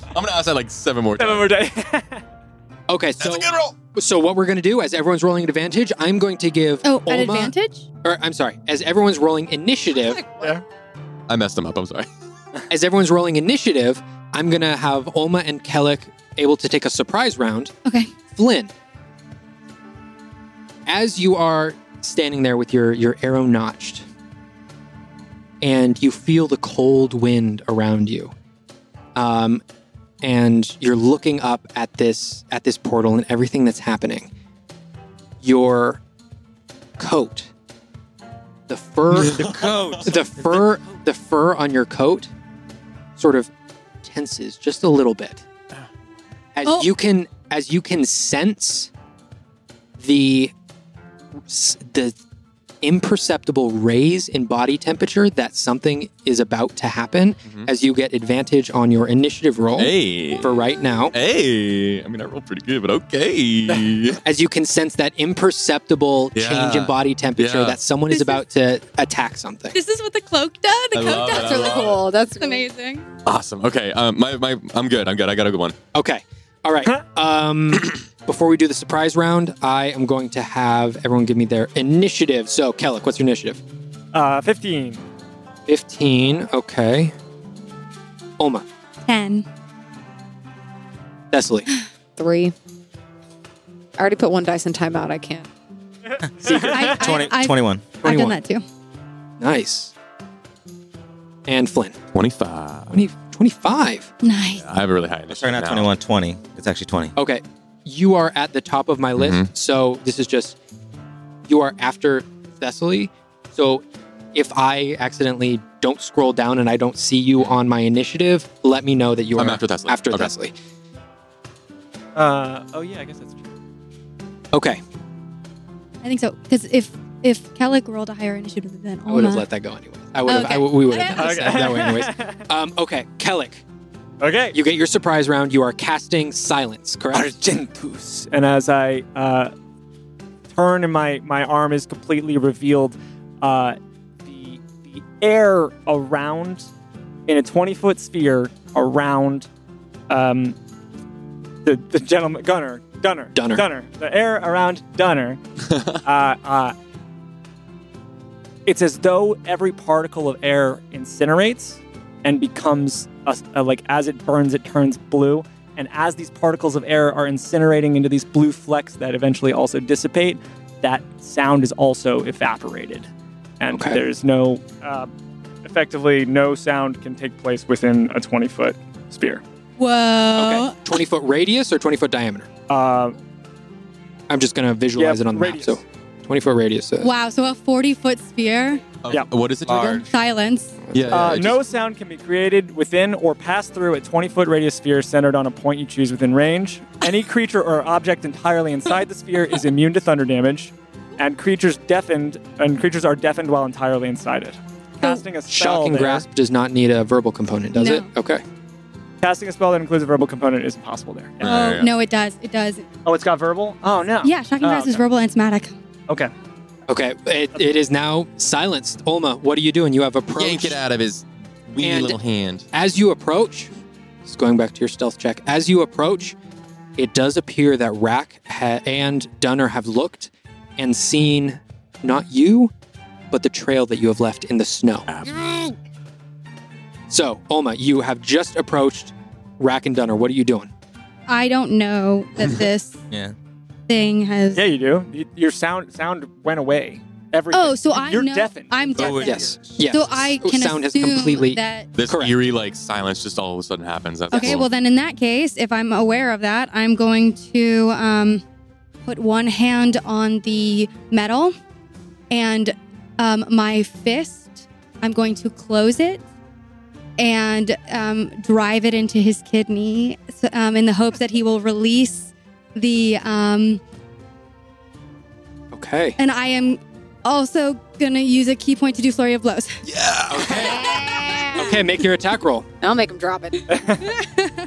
J: I'm gonna ask that like seven more
E: Seven
J: times.
E: more day.
F: Okay, so so what we're going to do as everyone's rolling at advantage, I'm going to give
I: Oh,
F: Olma,
I: at advantage? Oh
F: or I'm sorry, as everyone's rolling initiative,
J: I messed them up. I'm sorry.
F: as everyone's rolling initiative, I'm going to have Olma and Kellic able to take a surprise round
I: Okay.
F: Flynn, as you are standing there with your, your arrow notched, and you feel the cold wind around you, um, and you're looking up at this at this portal and everything that's happening. Your coat, the fur, the coat, the fur, the fur on your coat, sort of tenses just a little bit as
I: Oh.
F: you can as you can sense the s- the imperceptible raise in body temperature that something is about to happen as you get advantage on your initiative
H: Oh.
F: roll
J: Hey.
F: for right now
J: Hey. I mean, I rolled pretty good, but okay.
F: as you can sense that imperceptible change in
J: Yeah.
F: body temperature
J: Yeah.
F: that someone is
I: This is-
F: about to attack something
I: This is what the cloak does. The
J: I
I: cloak
J: love
I: does.
J: it, I
B: That's really
J: love
B: cool. That's
I: It's amazing.
J: awesome. Okay. Um, my, my, I'm good. I'm good. I got a good one.
F: Okay. All right. Um, before we do the surprise round, I am going to have everyone give me their initiative. So, Kellic, what's your initiative?
E: Uh, 15.
F: 15. Okay. Oma,
I: Ten.
F: Cecily,
B: Three. I already put one dice in timeout. I can't.
I: I, I,
D: 20,
I: I've,
D: 21.
I: I've
F: 21.
I: done that too.
F: nice. And Flynn,
J: 25.
F: 20, 25.
I: Nice.
J: I have a really high
D: Sorry,
J: initiative.
D: not
J: now.
D: 21, 20. It's actually 20.
F: Okay. You are at the top of my
J: Mm-hmm.
F: list. So, this is just you are after Thessaly. So, if I accidentally don't scroll down and I don't see you on my initiative, let me know that you are
J: I'm after Thessaly.
F: After
J: Okay.
F: Thessaly.
E: Uh, oh, yeah, I guess that's true.
F: Okay.
I: I think so. Because if if Kellic rolled a higher initiative than
F: I would
B: Uh-huh.
F: have
I: Olma-
F: let that go anyways. I would have.
I: Okay.
F: I w we would have done this
E: Okay.
F: that way anyways. Um, okay, Kellic,
E: Okay.
F: you get your surprise round. You are casting silence, correct?
E: Argentus. And as I uh, turn and my, my arm is completely revealed, uh, the, the air around, in a 20 foot sphere around um, the, the gentleman, Gunner, Dunner,
F: Dunner.
E: Dunner, the air around Dunner, uh, uh, it's as though every particle of air incinerates and becomes a, a- like as it burns, it turns blue. And as these particles of air are incinerating into these blue flecks that eventually also dissipate, that sound is also evaporated. And
F: Okay.
E: there's no, uh, effectively, no sound can take place within a 20 foot sphere.
I: Whoa.
F: Okay. Twenty foot radius or twenty foot diameter?
E: Uh,
F: I'm just gonna visualize
E: Yeah,
F: it on the
E: radius.
F: map. So, twenty foot radius. uh,
I: Wow. So a forty foot sphere.
J: Uh,
E: Yeah.
J: What is it do again?
I: Silence.
J: Yeah. yeah,
E: uh,
J: it
E: no sound can be created within or pass through a 20 foot radius sphere centered on a point you choose within range. Any creature or object entirely inside the sphere is immune to thunder damage, and creatures deafened and creatures are deafened while entirely inside it.
I: Oh,
E: Casting a spell
F: Shock and
E: there-
F: grasp does not need a verbal component, does
I: No.
F: it? Okay.
E: Casting a spell that includes a verbal component is impossible there.
J: Yeah,
I: oh
J: yeah, yeah.
I: no, it does. It does.
E: Oh, it's got verbal? Oh, no.
I: Yeah, shocking
E: Oh,
I: grass is
E: okay.
I: verbal and somatic.
E: Okay.
F: Okay. It, it is now silenced. Olma, what are you doing? You have approached.
J: Yank it out of his wee
F: And-
J: little hand.
F: As you approach, just going back to your stealth check. As you approach, it does appear that Rack ha- and Dunner have looked and seen not you, but the trail that you have left in the snow. So, Olma, you have just approached Rack and Dunner. What are you doing?
I: I don't know that this
D: Yeah.
I: thing has.
E: Yeah, you do. Y- Your sound sound went away. Everything.
I: oh, so I
E: You're
I: know.
E: deafened.
I: I'm
D: Oh,
I: deafened.
F: Yes. Yes.
I: So I can
F: sound has
I: assume
F: completely.
I: that.
J: This
F: Correct.
J: eerie like silence just all of a sudden happens. That's
I: Okay,
J: cool.
I: well then in that case, if I'm aware of that, I'm going to um, put one hand on the metal and um, my fist. I'm going to close it and um, drive it into his kidney so, um, in the hopes that he will release the. Um,
F: okay.
I: and I am also gonna use a key point to do flurry of blows.
F: Okay, make your attack roll.
B: I'll make him drop it.
I: oh,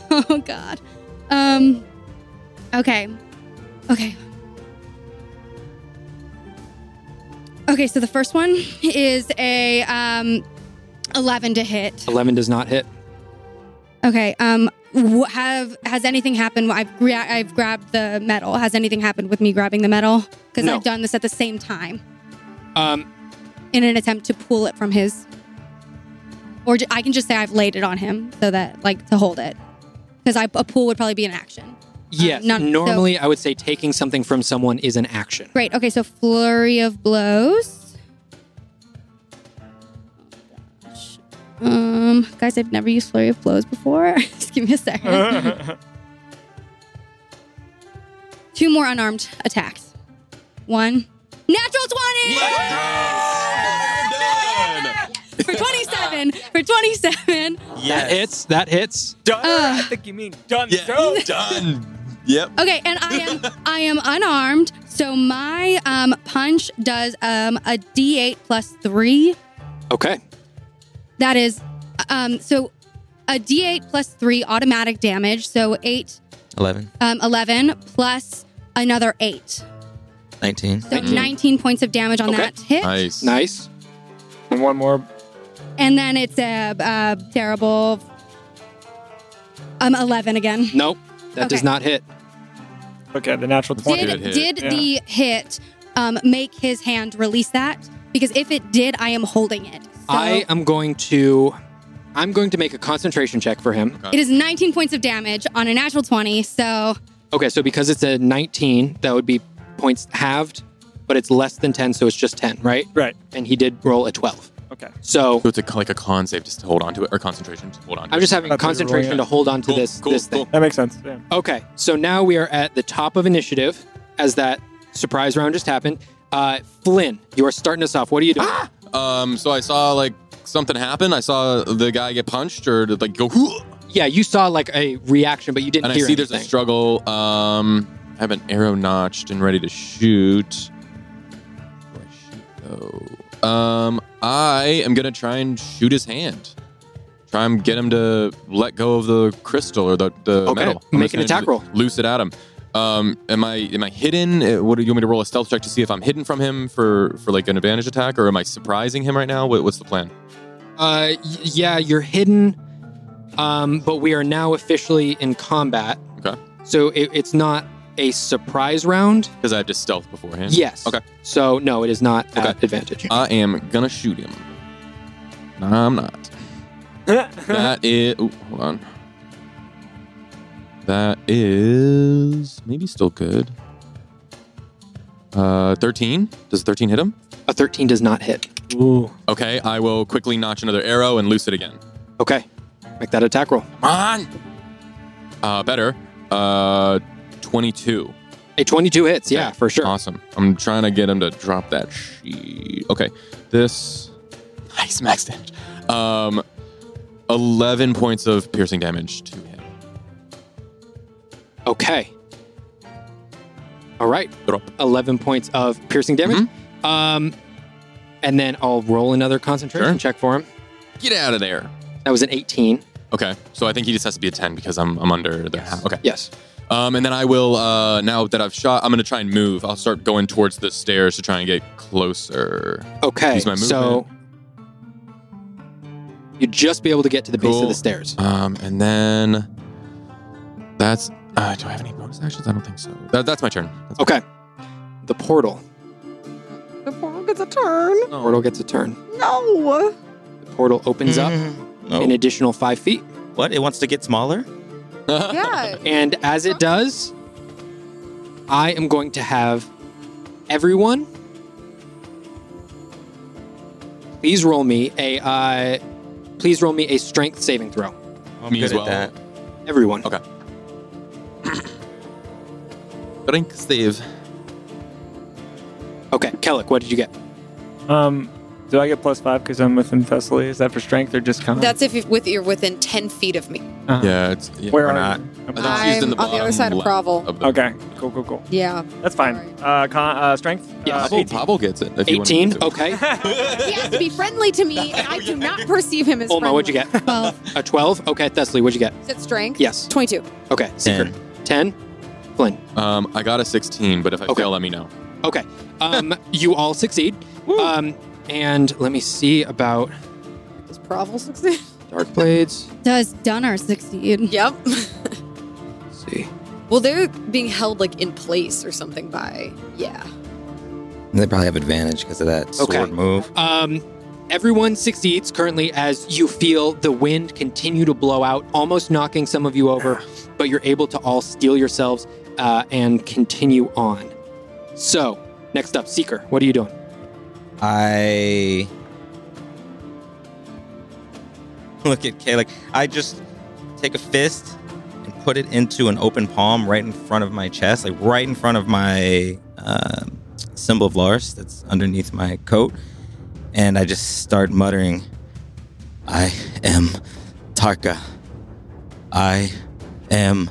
I: Um, oh God. Um, Okay. Okay. Okay, so the first one is a um 11 to hit.
F: 11 does not hit.
I: Okay. Um wh- have has anything happened I've gra- I've grabbed the medal. Has anything happened with me grabbing the medal? Cuz
F: No.
I: I've done this at the same time
F: Um,
I: in an attempt to pull it from his or ju- I can just say I've laid it on him so that like to hold it. Cuz I a pull would probably be an action.
F: yes.
I: not- Um, so-
F: normally, I would say taking something from someone is an action.
I: Great. Okay, so flurry of blows. Gosh. Um, guys, I've never used flurry of blows before. Just give me a second. Two more unarmed attacks. One natural twenty for twenty-seven. For twenty-seven.
F: That hits. That hits.
E: Done.
I: Ugh.
E: I think you mean done.
J: Yeah, done. Yep.
I: Okay, and I am I am unarmed, so my um punch does um a D8 plus three.
F: Okay.
I: That is, um, so a D8 plus three automatic damage. So eight,
D: 11,
I: um, 11 plus another eight.
D: 19.
I: So 19 points of damage on
F: Okay.
I: that hit.
J: Nice.
F: Nice.
E: And one more.
I: And then it's a, uh terrible um, 11 again.
F: Nope. That does
I: Okay.
F: not hit.
E: Okay, the natural twenty.
I: Did,
J: hit.
I: did
E: Yeah.
I: the hit um, make his hand release that? Because if it did, I am holding it. So
F: I am going to. I'm going to make a concentration check for him.
I: it is 19 points of damage on a natural 20. So
F: Okay, so because it's a 19, that would be points halved, but it's less than 10, so it's just 10, right?
E: Right.
F: And he did roll a 12.
E: Okay.
F: So
J: So it's a, like a con save just to hold on to it, or concentration to hold on to
F: I'm
J: it.
F: just having
E: That's what you're
F: concentration
E: rolling
F: to
E: at.
F: hold on to
J: Cool,
F: this
J: cool,
F: this thing.
E: That makes sense. Yeah.
F: Okay, so now we are at the top of initiative, as that surprise round just happened. Uh, Flynn, you are starting us off. What are you
I: Ah!
F: doing?
J: Um, so I saw like something happen. I saw the guy get punched or like go, "Hoo!"
F: Yeah, you saw like a reaction, but you didn't
J: and I
F: hear
J: see there's a
F: anything.
J: struggle. Um, I have an arrow notched and ready to shoot. Do I shoot? Oh, um, I am gonna try and shoot his hand. Try and get him to let go of the crystal or the, the
F: Okay,
J: metal.
F: make
J: just
F: an
J: gonna
F: attack
J: lo-
F: roll.
J: Loose it at him. Um, am I am I hidden? Uh, What do you want me to roll a stealth check to see if I'm hidden from him for for like an advantage attack, or am I surprising him right now? What, what's the plan?
F: Uh, y- yeah, you're hidden, um, but we are now officially in combat.
J: Okay.
F: So it, it's not a surprise round.
J: Because I have to stealth beforehand.
F: Yes.
J: Okay.
F: So no, it is not at
J: Okay. Uh,
F: advantage.
J: I am gonna shoot him. No, I'm not. that is. Ooh, hold on. That is maybe still good. Uh, thirteen. Does thirteen hit him?
F: A 13 does not hit.
E: Ooh.
J: Okay, I will quickly notch another arrow and loose it again.
F: Okay. Make that attack roll.
J: Come on. Uh, better. Uh, twenty-two.
F: A 22 hits. Yeah,
J: Okay.
F: for sure.
J: Awesome. I'm trying to get him to drop that sheet. Okay. This. Nice max damage. Um, 11 points of piercing damage to him.
F: Okay. All right.
J: Drop.
F: 11 points of piercing damage.
J: Mm-hmm.
F: Um, and then I'll roll another concentration
J: Sure.
F: check for him.
J: Get out of there.
F: That was an 18.
J: Okay. So I think he just has to be a 10 because I'm, I'm under the half. Okay.
F: Yes.
J: Um, and then I will, uh, now that I've shot, I'm going to try and move. I'll start going towards the stairs to try and get closer.
F: Okay.
J: Use my
F: so you'd just be able to get to the base of
J: Cool.
F: the stairs.
J: Um, and then that's. Uh, do I have any bonus actions? I don't think so. That, that's my turn. That's
F: Okay. The portal.
K: The portal gets a turn.
J: my-
F: Portal gets a turn.
K: No.
F: The portal opens
J: Mm-hmm.
F: up
D: No.
J: Oh.
F: an additional five feet.
D: What? It wants to get smaller?
K: Yeah.
F: And as it does, I am going to have everyone. Please roll me a. Uh, please roll me a strength saving throw.
D: I'm
J: Me as
D: good
J: well.
D: At that.
F: Everyone.
J: Okay. Drink Steve.
F: Okay. Kellic, what did you get?
E: Um, do I get plus five because I'm within Thessaly? Is that for strength or just con?
B: That's if you with, you're within 10 feet of me.
E: Uh,
J: Yeah, it's yeah,
E: Where
J: we're
E: are
J: not.
E: you?
J: I think
B: I'm
J: she's in
B: on the other
J: bottom
B: side of
J: left
B: Provel.
J: of the-
E: Okay. Cool. Cool. Cool.
B: Yeah.
E: That's fine. Uh, con, uh, strength.
F: Yeah,
E: Uh,
J: Pavel,
E: 18.
J: Pavel gets it. If you want to
F: Eighteen.
J: get to it.
F: Okay.
B: He has to be friendly to me, and I do not perceive him as
F: Olma,
B: friendly.
F: what'd you get?
I: 12.
F: A twelve. Okay. Thessaly, what'd you get?
B: Is it strength?
F: Yes.
B: 22.
F: Okay. Secret. Ten. Blaine.
J: Um, I got a 16, but if I
F: Okay.
J: fail, let me know.
F: Okay. Um, you all succeed. Um, and let me see about
K: Does Provel succeed?
F: dark blades.
I: Does Dunner succeed?
B: Yep.
F: Let's see.
B: well, they're being held like in place or something by. Yeah.
D: They probably have advantage because of that sword
F: Okay.
D: move.
F: Um, everyone succeeds currently as you feel the wind continue to blow out, almost knocking some of you over, but you're able to all steel yourselves uh, and continue on. So, next up, Seeker, what are you doing?
D: I look at Kay like I just take a fist and put it into an open palm right in front of my chest, like right in front of my um symbol of Lars that's underneath my coat, and I just start muttering, "I am Tarka. I am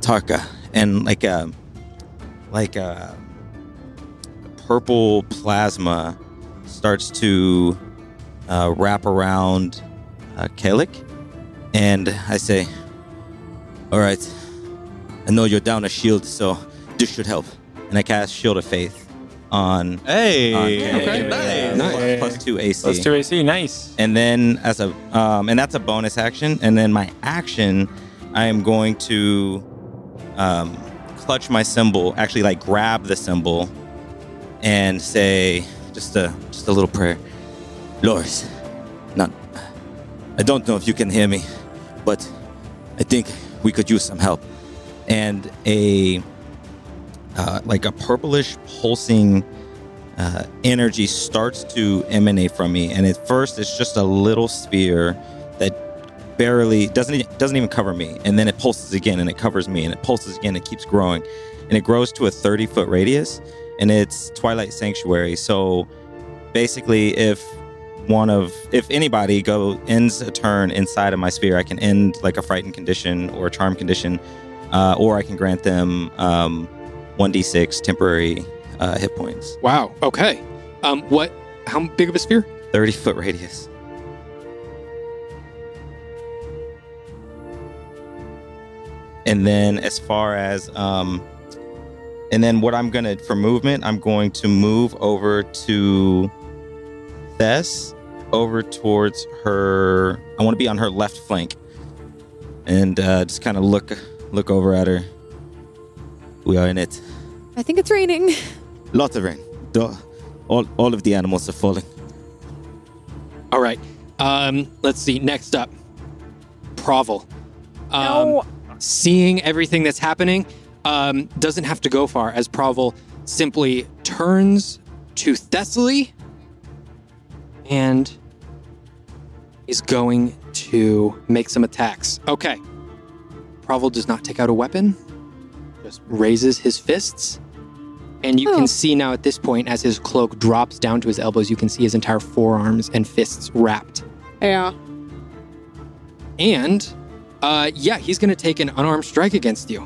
D: Tarka," and like a like a purple plasma starts to uh, wrap around uh, Kalik, and I say, "All right, I know you're down a shield, so this should help." And I cast Shield of Faith on,
J: Hey.
D: on Kalik. Plus-
J: Nice.
D: plus two AC.
E: Plus two AC. Nice.
D: And then as a um, and that's a bonus action. And then my action, I am going to um, clutch my symbol, actually like grab the symbol, and say just a just a little prayer. Loris, not I don't know if you can hear me, but I think we could use some help. And a uh, like a purplish pulsing uh, energy starts to emanate from me, and at first it's just a little sphere that barely doesn't e- doesn't even cover me, and then it pulses again, and it covers me, and it pulses again, it keeps growing, and it grows to a thirty foot radius, and it's Twilight Sanctuary. So basically, if one of if anybody go ends a turn inside of my sphere, I can end like a frightened condition or a charm condition, uh, or I can grant them um, one d six temporary uh, hit points.
F: Wow. Okay. Um, what? How big of a sphere?
D: 30 foot radius. And then as far as um and then what I'm gonna for movement, I'm going to move over to Thess over towards her I wanna be on her left flank. And uh, just kind of look look over at her. We are in it.
B: I think it's raining.
D: Lot of rain. The- All, all of the animals are falling.
F: All right. Um, let's see. Next up, Provel. Um,
I: Oh,
F: Seeing everything that's happening um, doesn't have to go far, as Provel simply turns to Thessaly and is going to make some attacks. Okay. Provel does not take out a weapon, just raises his fists. And you
B: Oh.
F: can see now at this point, as his cloak drops down to his elbows, you can see his entire forearms and fists wrapped.
K: Yeah.
F: And uh, yeah, he's going to take an unarmed strike against you.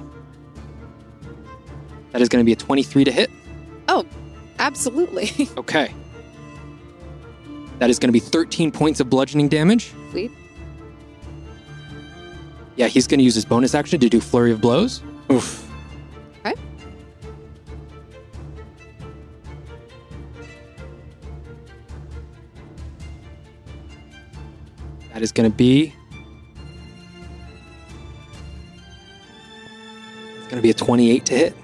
F: That is going to be a 23 to hit.
B: Oh, Absolutely.
F: Okay. That is going to be 13 points of bludgeoning damage.
B: Sweet.
F: Yeah, he's going to use his bonus action to do flurry of blows. Oof.
B: Okay.
F: That is going to be. It's going to be a 28 to hit.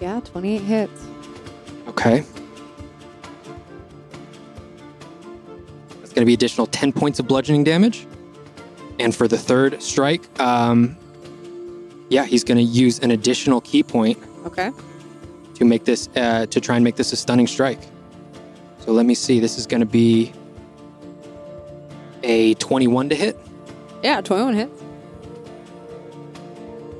B: yeah, 28 hits.
F: Okay. That's going to be additional 10 points of bludgeoning damage. And for the third strike, um, yeah, he's going to use an additional key point
B: Okay.
F: to make this uh, to try and make this a stunning strike. So let me see. This is going to be a 21 to hit.
B: Yeah, 21 hits.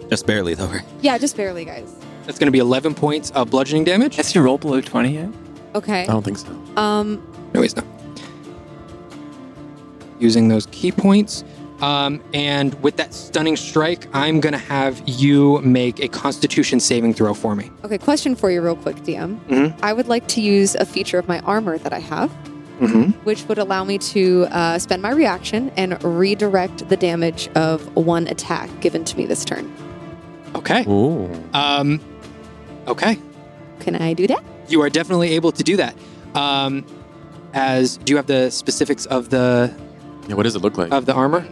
D: Just barely though.
B: Yeah, just barely, guys.
F: That's going to be 11 points of bludgeoning damage.
E: Has your roll below 20 yet?
B: Okay.
J: I don't think so.
B: Um,
F: No, he's not. Using those key points. Um, and with that stunning strike, I'm going to have you make a constitution saving throw for me.
B: okay, question for you real quick, DM.
F: Mhm.
B: I would like to use a feature of my armor that I have,
F: Mm-hmm.
B: which would allow me to uh, spend my reaction and redirect the damage of one attack given to me this turn.
F: Okay.
J: Ooh.
F: Um, okay.
B: Can I do that?
F: You are definitely able to do that. Um, as do you have the specifics of the
J: Yeah, what does it look like?
F: of the armor?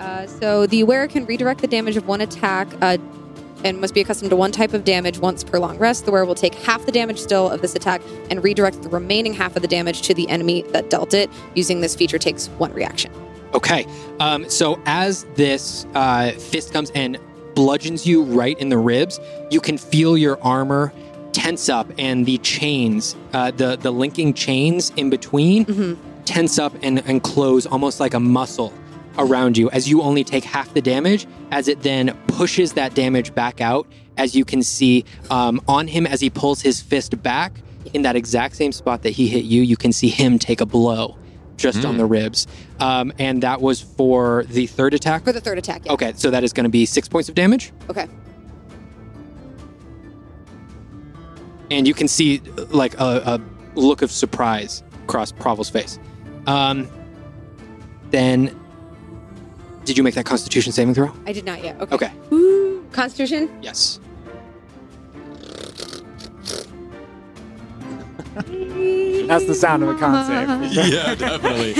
B: Uh, so the wearer can redirect the damage of one attack uh, and must be accustomed to one type of damage once per long rest. The wearer will take half the damage still of this attack and redirect the remaining half of the damage to the enemy that dealt it. Using this feature takes one reaction.
F: Okay. Um, so as this uh, fist comes and bludgeons you right in the ribs, you can feel your armor tense up and the chains, uh, the, the linking chains in between, tense up and, and close almost like a muscle around you as you only take half the damage, as it then pushes that damage back out. As you can see um, on him as he pulls his fist back in that exact same spot that he hit you, you can see him take a blow just on the ribs. Um, and that was for the third attack.
B: For the third attack, yeah.
F: Okay, so that is going to be six points of damage.
B: Okay.
F: And you can see uh, like a, a look of surprise across Provel's face. Um, then, did you make that Constitution saving throw?
B: I did not yet. Okay.
F: Okay.
B: Ooh, Constitution?
F: Yes.
E: That's the sound of a con save.
J: yeah, definitely.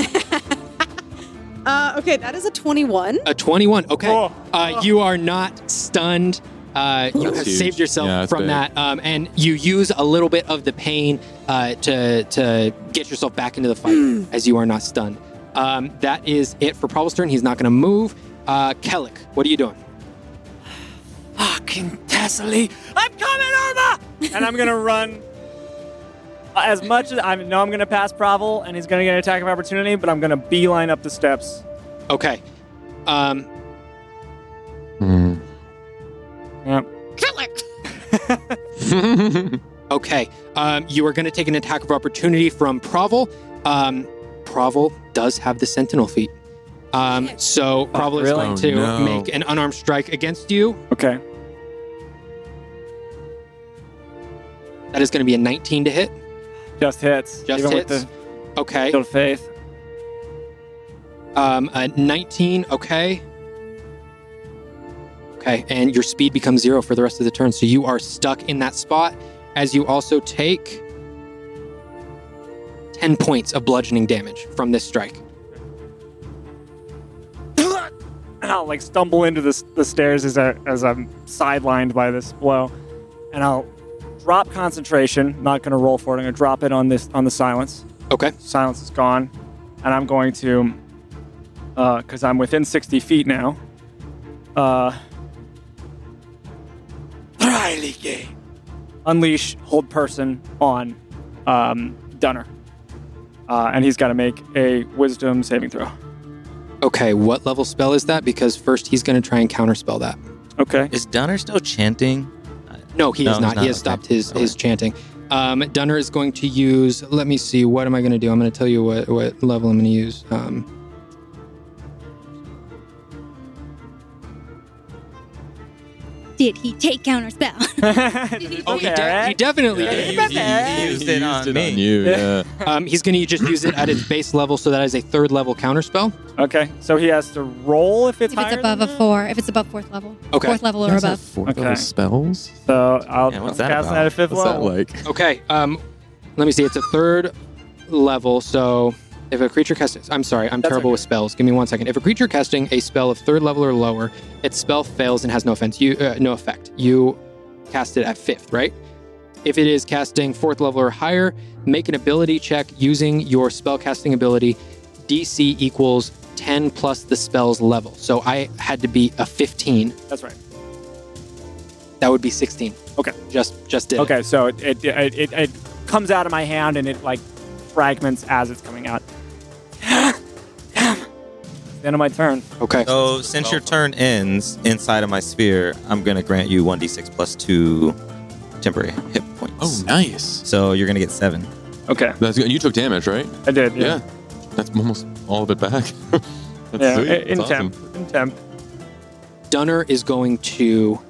B: Uh, okay, that is a 21.
F: A 21. Okay.
E: Oh.
F: Uh, you are not stunned. Uh, you
J: That's
F: have
J: huge.
F: saved yourself
J: Yeah, that's
F: from
J: big.
F: that, um, and you use a little bit of the pain uh, to to get yourself back into the fight, as you are not stunned. Um, that is it for Probable's turn. He's not going to move. Uh, Kellic, what are you doing?
E: Fucking Tessily, I'm coming over! And I'm gonna run. As much as I know, I'm gonna pass Provel, and he's gonna get an attack of opportunity, but I'm gonna beeline up the steps.
F: Okay. Um,
J: Hmm.
E: Yep.
F: Okay. Um, you are going to take an attack of opportunity from Provel. Um, Provel does have the Sentinel feat. Um, so Provel is
E: really?
F: going to
J: Oh, no.
F: make an unarmed strike against you.
E: Okay.
F: That is going to be a 19 to hit.
E: Just hits.
F: Just
E: even
F: hits.
E: with the
F: okay.
E: shield of faith.
F: Um, a 19. Okay. Okay. And your speed becomes zero for the rest of the turn. So you are stuck in that spot as you also take 10 points of bludgeoning damage from this strike.
E: and I'll like stumble into the, the stairs as, I, as I'm sidelined by this blow, and I'll drop concentration. Not going to roll for it. I'm going to drop it on this on the silence.
F: Okay.
E: Silence is gone, and I'm going to because I'm within 60 feet now. Uh, unleash hold person on um, Dunner, uh, and he's got to make a Wisdom saving throw.
F: Okay, what level spell is that? Because first he's going to try and counterspell that.
E: Okay.
D: Is Donner still chanting?
F: No, he
D: No,
F: is
D: he's
F: not.
D: not.
F: He has
D: Okay.
F: stopped his his chanting. Um, Dunner is going to use. Let me see. What am I going to do? I'm going to tell you what what level I'm going to use. Um,
I: Did he take counter spell?
F: oh, he, de- he definitely did.
J: used, he
D: used it on me.
J: you. Yeah.
F: Um, he's going to just use it at its base level, so that is a third level counterspell.
E: Okay. So he has to roll if it's
I: if it's
E: higher
I: above a
E: than that?
I: four, if it's above fourth level,
F: Okay.
I: fourth level or above.
J: Four
E: Okay.
J: level spells.
E: So I'll
D: Yeah,
E: cast
D: what's
E: that
D: that about?
E: at a fifth
J: What's that
E: level.
J: like?
F: Okay. Um, let me see. It's a third level. So if a creature casts, I'm sorry, I'm terrible with spells. Give me one second. If a creature casting a spell of third level or lower, its spell fails and has no offense. You uh, no effect. You cast it at fifth, right? If it is casting fourth level or higher, make an ability check using your spell casting ability. DC equals 10 plus the spell's level. So I had to be a 15.
E: That's right.
F: That would be 16.
E: Okay.
F: Just just did. it.
E: Okay, so it it, it, it it comes out of my hand and it like fragments as it's coming out. End of my turn.
F: Okay.
D: So since your turn ends inside of my sphere, I'm gonna grant you 1d6 plus two temporary hit points.
J: Oh, nice.
D: So you're gonna get seven.
E: Okay,
J: That's good. You took damage, right?
E: I did.
J: Yeah. That's almost all of it back. That's
E: yeah.
J: sweet.
E: i- In
J: That's
E: temp,
J: awesome.
E: in temp.
F: Dunner is going to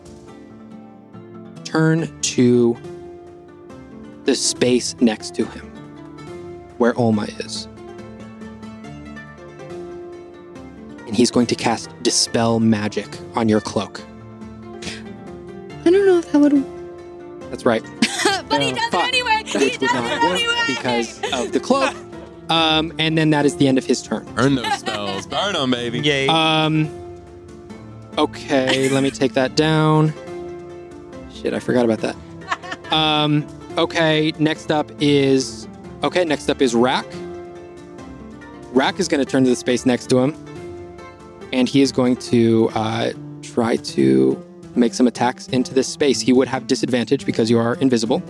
F: turn to the space next to him where Olma is. And he's going to cast Dispel Magic on your cloak.
I: How would?
F: That's right.
I: but he does
F: Fuck.
I: it anyway. He
F: Which would
I: does
F: not
I: it
F: work
I: anyway
F: because of the cloak. Um, and then that is the end of his turn.
J: Burn those spells. Burn them, baby.
D: Yay.
F: Um. Okay, let me take that down. Shit, I forgot about that. Um. Okay, next up is okay. Next up is Rack. Rack is going to turn to the space next to him, and he is going to uh, try to make some attacks into this space. He would have disadvantage because you are invisible.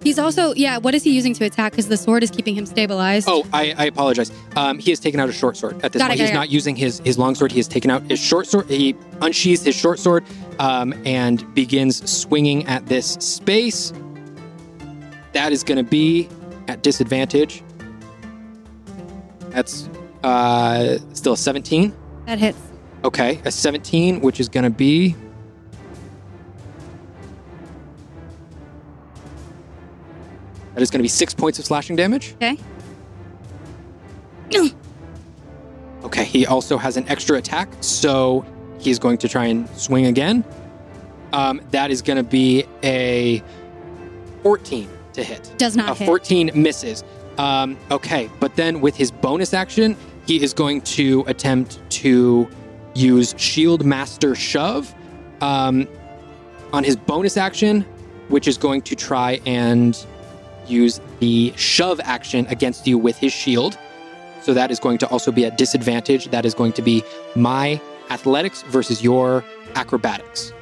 I: He's also yeah. What is he using to attack? Because the sword is keeping him stabilized.
F: Oh, I, I apologize. Um, he has taken out a short sword at this
I: Got
F: point.
I: it, got
F: He's
I: it.
F: not using his his long sword. He has taken out his short sword. He unsheathes his short sword um, and begins swinging at this space. That is going to be at disadvantage. That's uh, still a 17.
I: that hits.
F: Okay, a 17, which is going to be. That is going to be six points of slashing damage.
I: Okay.
F: Okay, he also has an extra attack, so he's going to try and swing again. Um, that is going to be a 14 to hit.
I: Does not
F: A
I: hit.
F: 14 Uh, misses. Um, okay, but then with his bonus action, he is going to attempt to use Shield Master Shove um, on his bonus action, which is going to try and use the shove action against you with his shield. So that is going to also be at disadvantage. That is going to be my athletics versus your acrobatics.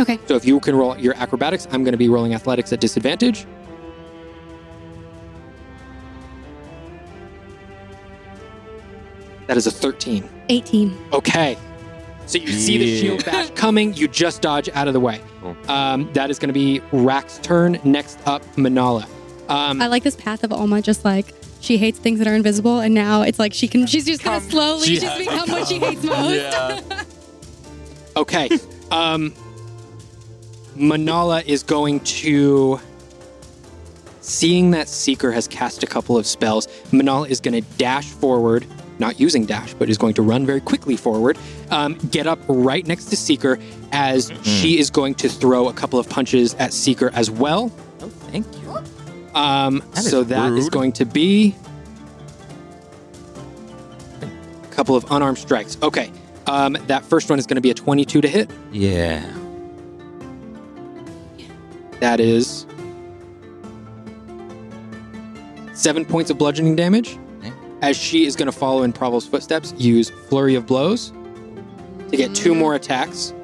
I: Okay.
F: So if you can roll your acrobatics, I'm going to be rolling athletics at disadvantage. That is a 13.
I: 18.
F: Okay. So you see the shield bash coming, you just dodge out of the way. Um, that is going to be Rack's turn. Next up, Manala. Um,
I: I like this path of Alma just like she hates things that are invisible and now it's like she can she's just gonna slowly
J: She
I: just
J: has
I: become what she hates most.
J: Yeah.
F: Okay. um, Manala is going to. Seeing that Seeker has cast a couple of spells, Manala is going to dash forward, not using dash, but is going to run very quickly forward, um, get up right next to Seeker as she is going to throw a couple of punches at Seeker as well.
D: Oh, thank you.
F: Um,
D: is
F: so that is
D: rude.
F: going to be a couple of unarmed strikes. Okay. Um, that first one is going to be a 22 to hit.
D: Yeah.
F: That is seven points of bludgeoning damage.
D: Okay.
F: As she is going to follow in Provel's footsteps, use Flurry of Blows to get two more attacks.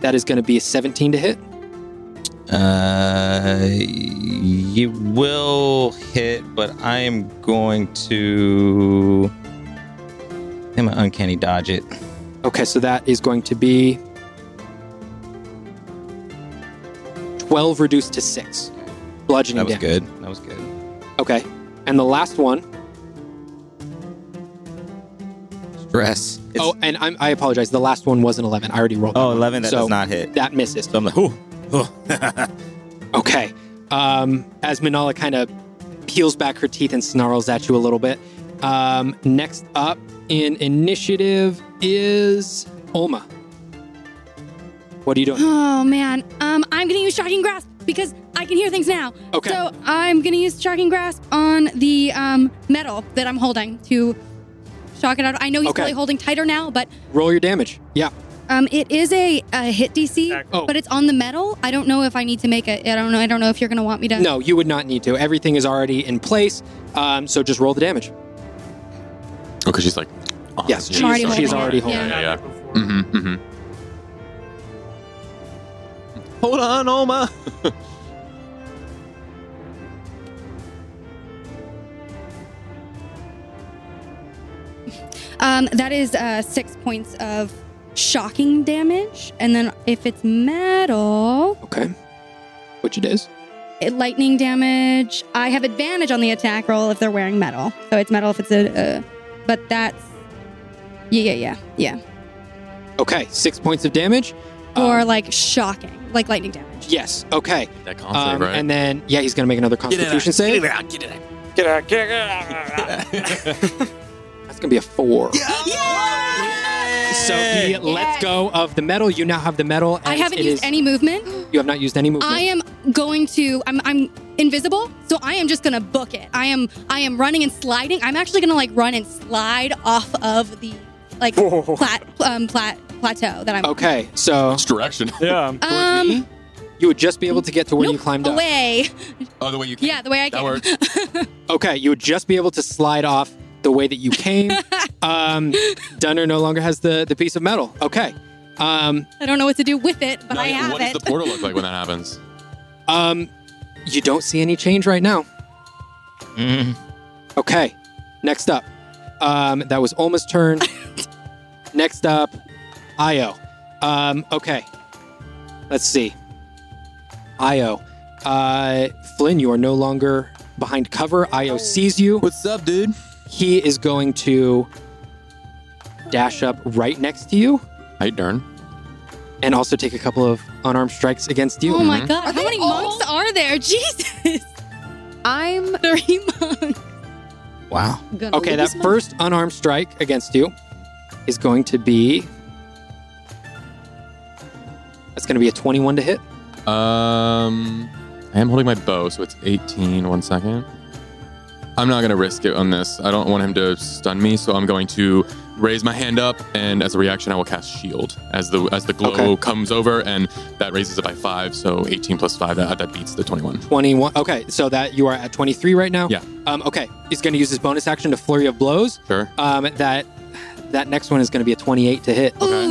F: That is going to be a 17 to hit.
D: Uh, you will hit, but I am going to. I'm gonna uncanny dodge it.
F: Okay, so that is going to be 12 reduced to 6 bludgeoning
D: That was
F: damage.
D: good. That was good.
F: Okay. And the last one
D: Stress. It's,
F: oh, and I'm, I apologize. The last one was an 11. I already rolled.
D: oh,
F: one.
D: 11, that
F: So-
D: does not hit.
F: That misses.
D: So I'm like, ooh, ooh.
F: Okay. Um, as Manala kind of peels back her teeth and snarls at you a little bit. Um, next up in initiative is Olma. What are you doing?
I: Oh man. Um I'm gonna use shocking grasp because I can hear things now.
F: Okay.
I: So I'm gonna use shocking grasp on the um metal that I'm holding to shock it out. I know he's
F: Okay.
I: probably holding tighter now, but
F: Roll your damage. Yeah.
I: um it is a, a hit DC,
F: Oh.
I: but it's on the metal. I don't know if I need to make it. I don't know. I don't know if you're gonna want me to
F: No, you would not need to. Everything is already in place. Um, so just roll the damage.
J: Okay, she's like. Oh,
F: Yes,
J: yeah,
F: she's-
I: already
J: sorry.
I: she's
F: already
J: Yeah,
F: holding
J: yeah, yeah. Mm-hmm, mm-hmm. Hold on, oh Oma.
I: Um, that is uh, six points of shocking damage, and then if it's metal,
F: Okay. Which it is.
I: it, lightning damage. I have advantage on the attack roll if they're wearing metal, so it's metal if it's a. Uh, but that's yeah, yeah, yeah,
F: Okay. Six points of damage.
I: yeah, or
F: Um,
I: like shocking, like lightning damage.
F: yes. Okay.
J: That
F: Um,
J: conflict, right?
F: And then, yeah, he's going to make another Constitution save.
E: Get out, get out.
F: That's going to be a four. So he lets go of the metal. You now have the metal.
I: I
F: as
I: haven't
F: it
I: used
F: is-
I: any movement.
F: You have not used any movement.
I: I am going to. I'm. I'm invisible, so I am just gonna book it. I am. I am running and sliding. I'm actually gonna like run and slide off of the like plat um plat plateau that I'm. on.
F: okay, so
J: Which direction?
E: Yeah.
I: Um.
F: Oh, me, you would just be able to get to where you
I: nope,
F: climbed up.
I: away.
J: Oh, the way you came.
I: Yeah, the way I
J: That
I: came.
J: works.
F: Okay, you would just be able to slide off the way that you came. um, Dunner no longer has the, the piece of metal. Okay. Um,
I: I don't know what to do with it, but
J: Now,
I: I have
J: what
I: it.
J: does the portal look like when that happens?
F: um, you don't see any change right now.
D: Mm-hmm.
F: Okay. Next up. Um, that was Olma's turn. Next up, Io. Um, okay. Let's see. Io. Uh, Flynn, you are no longer behind cover. Io sees you.
H: What's up, dude?
F: He is going to dash up right next to you
J: Hey, darn.
F: and also take a couple of unarmed strikes against you.
I: Oh my god!
K: Are
I: How
K: they
I: many
K: all-
I: monks are there? Jesus,
B: I'm
I: three monks.
D: Wow.
B: gonna.
F: Okay, that
B: lose my-
F: first unarmed strike against you is going to be. That's going to be a 21 to hit.
J: Um, I am holding my bow, so it's 18. One second. I'm not going to risk it on this. I don't want him to stun me, so I'm going to raise my hand up, and as a reaction, I will cast shield as the as the glow
F: Okay.
J: comes over, and that raises it by five. So 18 plus five, that that beats the 21.
F: 21. Okay, so that you are at 23 right now.
J: Yeah.
F: Um, okay, he's going to use his bonus action to flurry of blows.
J: Sure.
F: Um, that that next one is going to be a 28 to hit.
I: Ooh.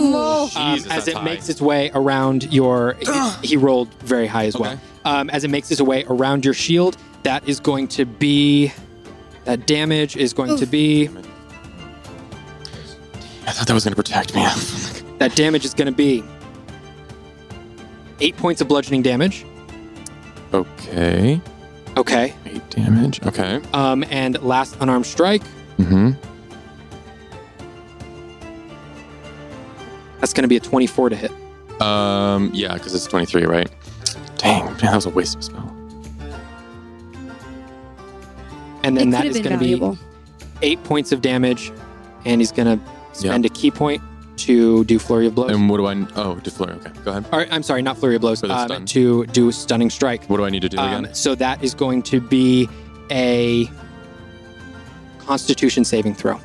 F: Um, as
J: Jesus, that's
F: it
J: high.
F: makes its way around your, he- he rolled very high as well.
J: Okay.
F: Um, as it makes its way around your shield, that is going to be, that damage is going to
I: Oof.
F: be,
J: I thought that was going to protect me.
F: that damage is going to be eight points of bludgeoning damage.
J: okay.
F: Okay.
J: Eight damage. Okay.
F: Um, and last unarmed strike,
J: Mm-hmm.
F: that's going to be a 24 to hit.
J: Um, yeah, because it's 23, right? Dang, man, that was a waste of a spell.
F: And then
I: it
F: that
I: could have
F: is
I: been
F: going to be
I: valuable.
F: eight points of damage, and he's going to spend a key point to do flurry of blows.
J: And what do I? Oh, deflare. Okay, go ahead.
F: or, I'm sorry, not flurry of blows.
J: For the
F: um,
J: stun.
F: to do stunning strike.
J: What do I need to do
F: Um,
J: again?
F: so that is going to be a Constitution saving throw.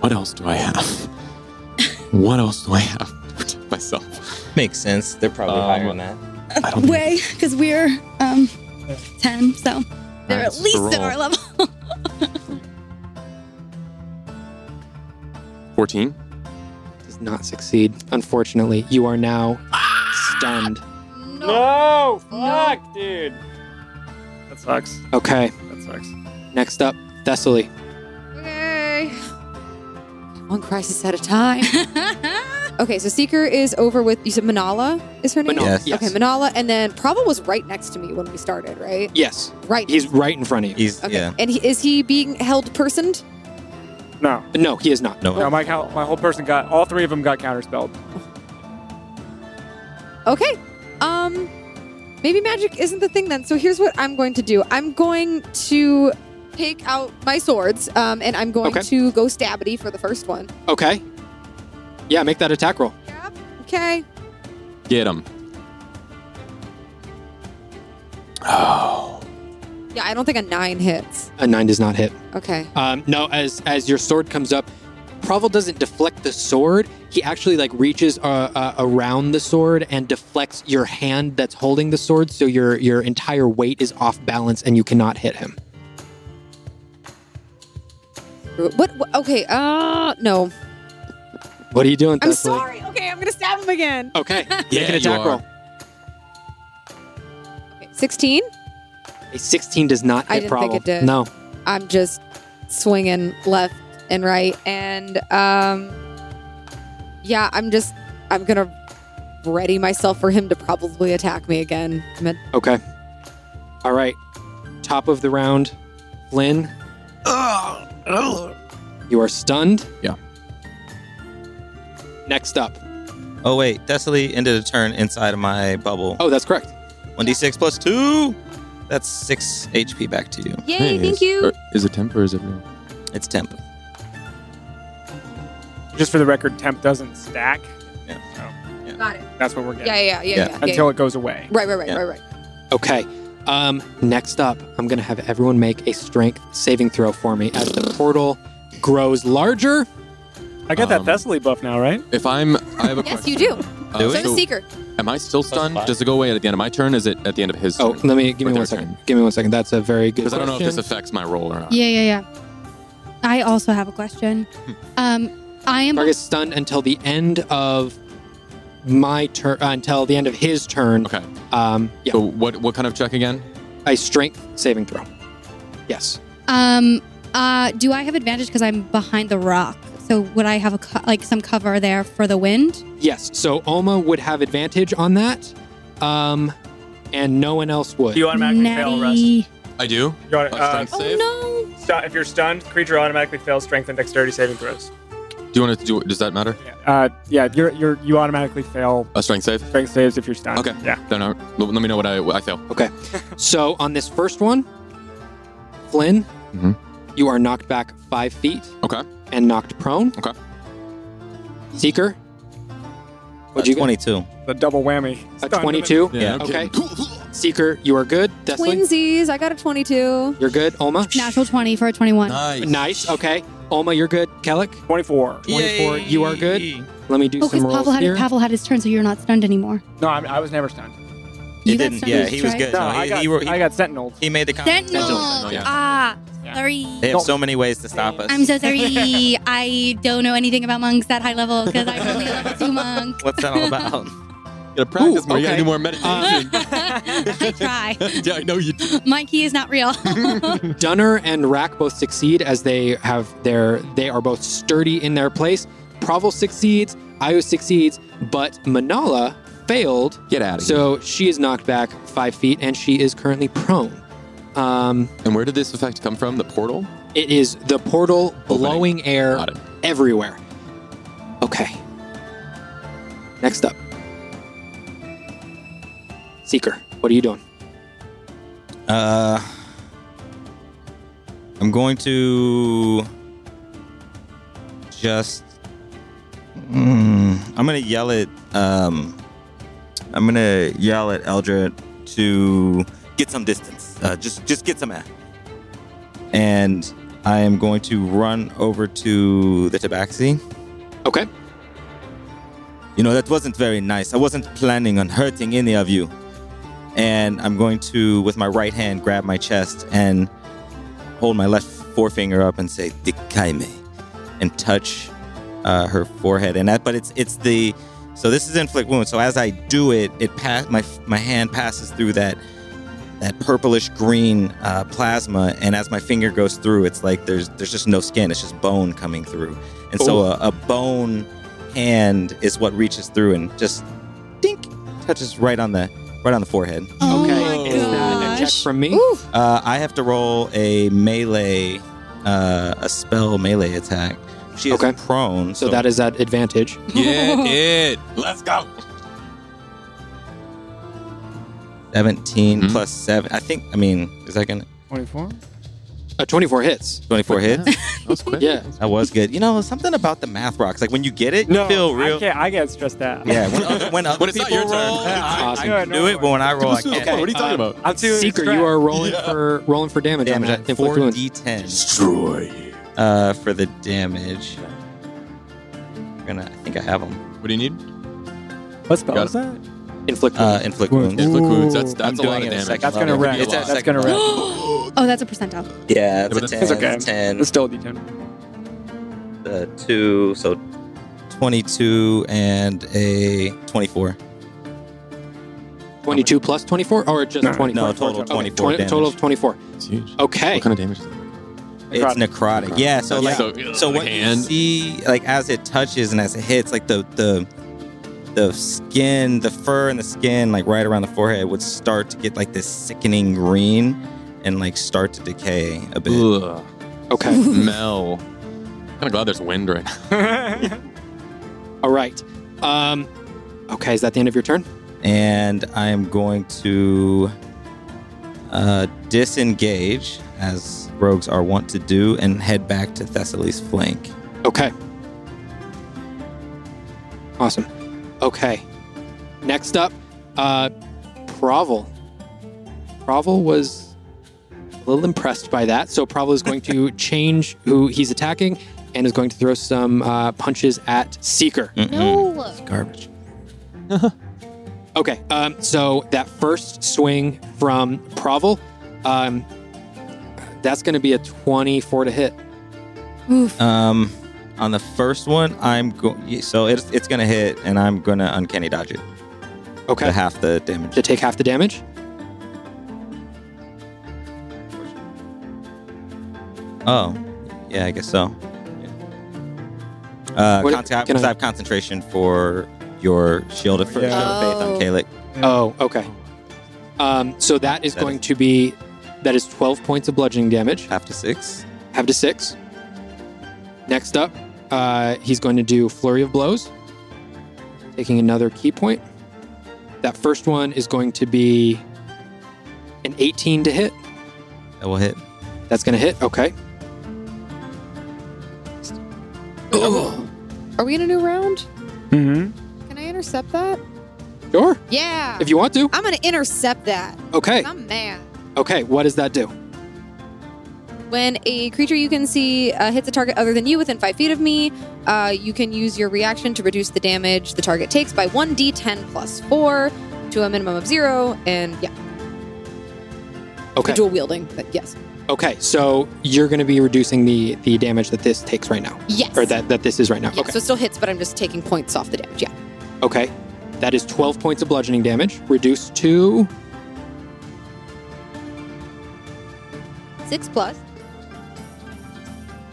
J: What else do I have? what else do I have to protect myself?
D: Makes sense. They're probably
J: Um,
D: higher on that.
J: I don't think-
I: way because we're um 10 so they're
J: Alright,
I: at least
J: roll.
I: at our level
J: 14.
F: Does not succeed, unfortunately. You are now stunned.
E: No, fuck, dude. That sucks.
F: Okay,
E: That sucks.
F: next up, Thessaly.
B: Okay. One crisis at a time. okay, so Seeker is over with. You said Manala is her name.
F: Manala,
D: Yes.
F: yes.
B: Okay, Manala, and then Prabha was right next to me when we started, right?
F: Yes,
B: Right.
F: he's right in front of you.
D: He's
B: okay.
D: yeah.
B: And he, is he being held personed?
E: No,
F: No, he is not.
D: No.
E: no, my cou- my whole person got all three of them got counterspelled.
B: Okay. Um, maybe magic isn't the thing then. So here's what I'm going to do. I'm going to take out my swords, um, and I'm going
F: Okay.
B: to go stabity for the first one.
F: Okay. Yeah, make that attack roll.
B: Okay.
J: Get him.
B: Yeah, I don't think a nine hits.
F: A nine does not hit.
B: Okay.
F: Um, no, as as your sword comes up, Provel doesn't deflect the sword. He actually like reaches uh, uh, around the sword and deflects your hand that's holding the sword, so your your entire weight is off balance and you cannot hit him.
B: What? what okay. Uh, no.
F: What are you doing?
B: I'm
F: Thessaly?
B: sorry. Okay, I'm gonna stab him again.
F: Okay, make an
J: you
F: attack
J: are.
F: roll.
B: Sixteen.
F: A sixteen does not hit
B: I didn't
F: Provel.
B: think it did.
F: No.
B: I'm just swinging left and right, and um, yeah, I'm just I'm gonna ready myself for him to probably attack me again. I'm at-
F: Okay. All right. Top of the round, Flynn. You are stunned.
J: Yeah.
F: Next up.
D: Oh wait, Thessaly ended a turn inside of my bubble.
F: Oh, that's correct.
D: One d six plus two. That's six HP back to you.
B: Yay!
J: Hey,
B: thank
J: is-
B: you.
J: or- Is it temp or is it real?
D: It's temp.
E: Just for the record, temp doesn't stack.
D: Yeah.
E: So
K: Got it.
E: that's what we're getting
K: Yeah, yeah, yeah, yeah.
D: Yeah.
K: yeah,
E: until it goes away.
K: yeah. Right, right, right,
D: Yeah.
K: right, right.
F: Okay. Um, next up, I'm going to have everyone make a strength saving throw for me as the portal grows larger.
E: I got that
J: Um,
E: Thessaly buff now, right?
J: If I'm, I have a
K: Yes,
J: question.
K: you do.
J: Uh,
K: so
J: so
K: the seeker.
J: am I still stunned? Does it go away at the end of my turn? Is it at the end of his?
F: Oh, let me give me
J: Right
F: one
J: there,
F: second. Give me one second. That's a very good.
J: Because I don't know if this
F: question.
J: affects my roll or not.
I: Yeah, yeah, yeah. I also have a question.
J: Hmm.
I: Um, I am.
F: Target's stunned until the end of my turn. Uh, until the end of his turn.
J: Okay.
F: Um, yeah,
J: So what what kind of check again?
F: a strength saving throw. Yes.
I: Um, uh, do I have advantage because I'm behind the rock? So would I have a co- like some cover there for the wind?
F: Yes. So Oma would have advantage on that, um, and no one else would.
E: You automatically fail rest. You
I: Natty.
J: I do.
E: auto-
J: A
E: uh,
J: strength save.
B: Oh no!
E: stu- if you're stunned, creature automatically fails strength and dexterity saving throws.
J: Do you want to do? Does that matter?
E: Yeah. Uh, yeah, you're, you're, you automatically fail
J: A strength save.
E: strength saves if you're stunned.
J: Okay.
E: Yeah.
J: Then I, let me know what I what I fail.
F: So on this first one, Flynn,
J: Mhm.
F: you are knocked back five feet.
J: Okay.
F: And knocked prone.
J: Okay.
F: Seeker,
D: But
F: What'd you get?
D: 22.
E: The double whammy.
F: a
E: Stunned.
F: 22.
D: Yeah.
F: Okay. Seeker, you are good. Desley,
B: Twinsies! I got a 22.
F: you're good. Oma,
I: Natural twenty for a twenty-one.
H: Nice.
F: nice. Okay. Oma, you're good. Kellic,
E: 24.
F: 24. You are good. Let me do
I: Oh, because
F: some rolls
I: Pavel had,
F: here.
I: Pavel had his turn, so you're not stunned anymore.
E: No, I, I was never stunned.
D: It
I: You got
D: didn't.
I: stunned
D: Yeah,
I: each
D: he was
I: try?
D: good.
E: No,
D: No,
E: I,
D: he,
E: got,
D: he, were-
E: I got sentineled.
D: he made the comment.
I: Sentinel.
J: Sentinel, yeah.
I: Ah,
E: Yeah.
I: sorry.
D: They have so many ways to stop us.
I: I'm so sorry. I don't know anything about monks at high level because I'm only a level two monk.
D: What's that all about?
J: gotta practice
F: Ooh,
J: more. You gotta
F: okay.
J: do more meditation.
I: I try.
J: Ah, yeah, I know you. Do.
I: My key is not real.
F: Dunner and Rack both succeed as they have their they are both sturdy in their place. Provel succeeds, Io succeeds, but Manala failed,
J: Get out of here.
F: so she is knocked back five feet and she is currently prone. Um,
J: And where did this effect come from? The portal.
F: it is the portal blowing air
J: Got it.
F: everywhere. Okay. Next up, Seeker. What are you doing?
D: Uh, I'm going to just. Mm, I'm gonna yell at. Um, I'm gonna yell at Eldred to get some distance. Uh, just, just get some air. And I am going to run over to the Tabaxi.
F: Okay.
D: You know that wasn't very nice. I wasn't planning on hurting any of you. and I'm going to, with my right hand, grab my chest and hold my left forefinger up and say "dikaime," and touch uh, her forehead. And that, but it's it's the so this is inflict wound. So as I do it, it pass my my hand passes through that that purplish green uh, plasma, and as my finger goes through, it's like there's there's just no skin. It's just bone coming through, and so
F: Ooh.
D: a, a bone hand is what reaches through and just dink touches right on the right on the forehead.
I: Oh
F: okay.
I: my
F: is that a check
I: gosh.
F: from me?
B: Ooh.
D: Uh, I have to roll a melee, uh, a spell melee attack. She is
F: Okay.
D: prone, so,
F: So that is at advantage.
J: Get it. Let's go.
D: 17
J: Mhm.
D: plus seven. I think. I mean, is that gonna
E: 24?
F: A 24 Uh, hits.
D: twenty-four hits?
J: That was quick.
F: Yeah.
D: That was good. You know, something about the math rocks. Like when you get it,
E: No,
D: you feel real.
E: I can't, I can't stress that.
D: Yeah, when other, when other
J: When it's
D: people
J: not your turn.
D: roll, I
F: Awesome.
D: can do it, but when I roll, I can't.
J: What are you talking
F: um,
J: about?
E: I'm too
F: Seeker, you are rolling for rolling for damage.
D: Damage
F: on
D: at
F: that. Inflict wound.
D: 4d10
J: Destroy.
D: uh, for the damage. I'm gonna, I think I have them.
J: What do you need?
E: What spell
J: Got
E: is that?
F: Inflict
D: Uh,
F: wound.
D: inflict wounds.
J: Inflict
E: Ooh.
J: wounds. That's
D: I'm
J: that's a
D: doing
J: lot
D: it
J: of
D: at
J: damage.
D: second
E: That's gonna
D: level.
E: wreck.
D: It's at
E: That's
D: second
E: gonna wreck.
D: level.
I: Oh, that's a percentile.
D: Yeah, it's
J: But
D: a
J: it's-
D: 10.
J: it's
E: okay.
D: It's 10.
E: It's still a D10.
D: uh, two, so 22 and a 24.
F: 22 plus 24, or just
E: No,
F: 24?
D: No, total of
F: Okay,
D: 24
F: 20
D: damage.
F: total of 24.
J: It's huge.
F: Okay.
J: What kind of damage? Is
D: It's necrotic.
J: Necrotic.
D: Yeah, so like so,
J: so,
D: what you
J: hand.
D: see like as it touches and as it hits like the the the skin, the fur and the skin like right around the forehead would start to get like this sickening green and like start to decay a bit.
J: Ugh.
F: Okay.
J: Mel. Kind of glad there's wind right now.
F: All right. Um, okay. Is that the end of your turn?
D: And I am going to uh, disengage as rogues are wont to do and head back to Thessaly's flank.
F: Okay. Awesome. Okay. Next up, uh, Provel. Provel was a little impressed by that, so Provel is going to change who he's attacking and is going to throw some uh, punches at Seeker.
I: No.
D: Garbage.
F: Okay, um, so that first swing from Provel, um, that's going to be a 24 to hit.
I: Oof.
D: Um, on the first one, I'm going. So it's it's gonna hit, and I'm gonna uncanny dodge it
F: Okay.
D: to half the damage.
F: to take half the damage.
D: Oh, yeah, I guess so. Uh,
F: What-
D: con- I,
F: can
D: because
F: I-
D: I have concentration for your shield of, for
E: Yeah.
D: shield of faith
B: Oh.
D: on Kalik.
F: Oh, okay. Um, so that is Uh,
D: That
F: going to be that is 12 points of bludgeoning damage.
D: Half to six.
F: Have to six. Next up, uh, he's going to do flurry of blows, taking another key point. That first one is going to be an 18 to hit.
D: That will hit.
F: That's going to hit. Okay. Ugh.
K: Are we in a new round?
E: Mm-hmm.
K: Can I intercept that?
F: Sure,
K: Yeah.
F: if you want to.
K: I'm gonna intercept that.
F: Okay.
K: I'm mad.
F: Okay. What does that do?
B: When a creature you can see uh, hits a target other than you within five feet of me, uh, you can use your reaction to reduce the damage the target takes by 1d10 plus 4 to a minimum of 0. And yeah,
F: Okay.
B: dual wielding, but yes.
F: Okay, so you're going to be reducing the the damage that this takes right now,
B: Yes.
F: or that that this is right now.
B: Yeah,
F: okay,
B: So it still hits, but I'm just taking points off the damage. Yeah.
F: okay, that is 12 points of bludgeoning damage, reduced to
B: 6 plus.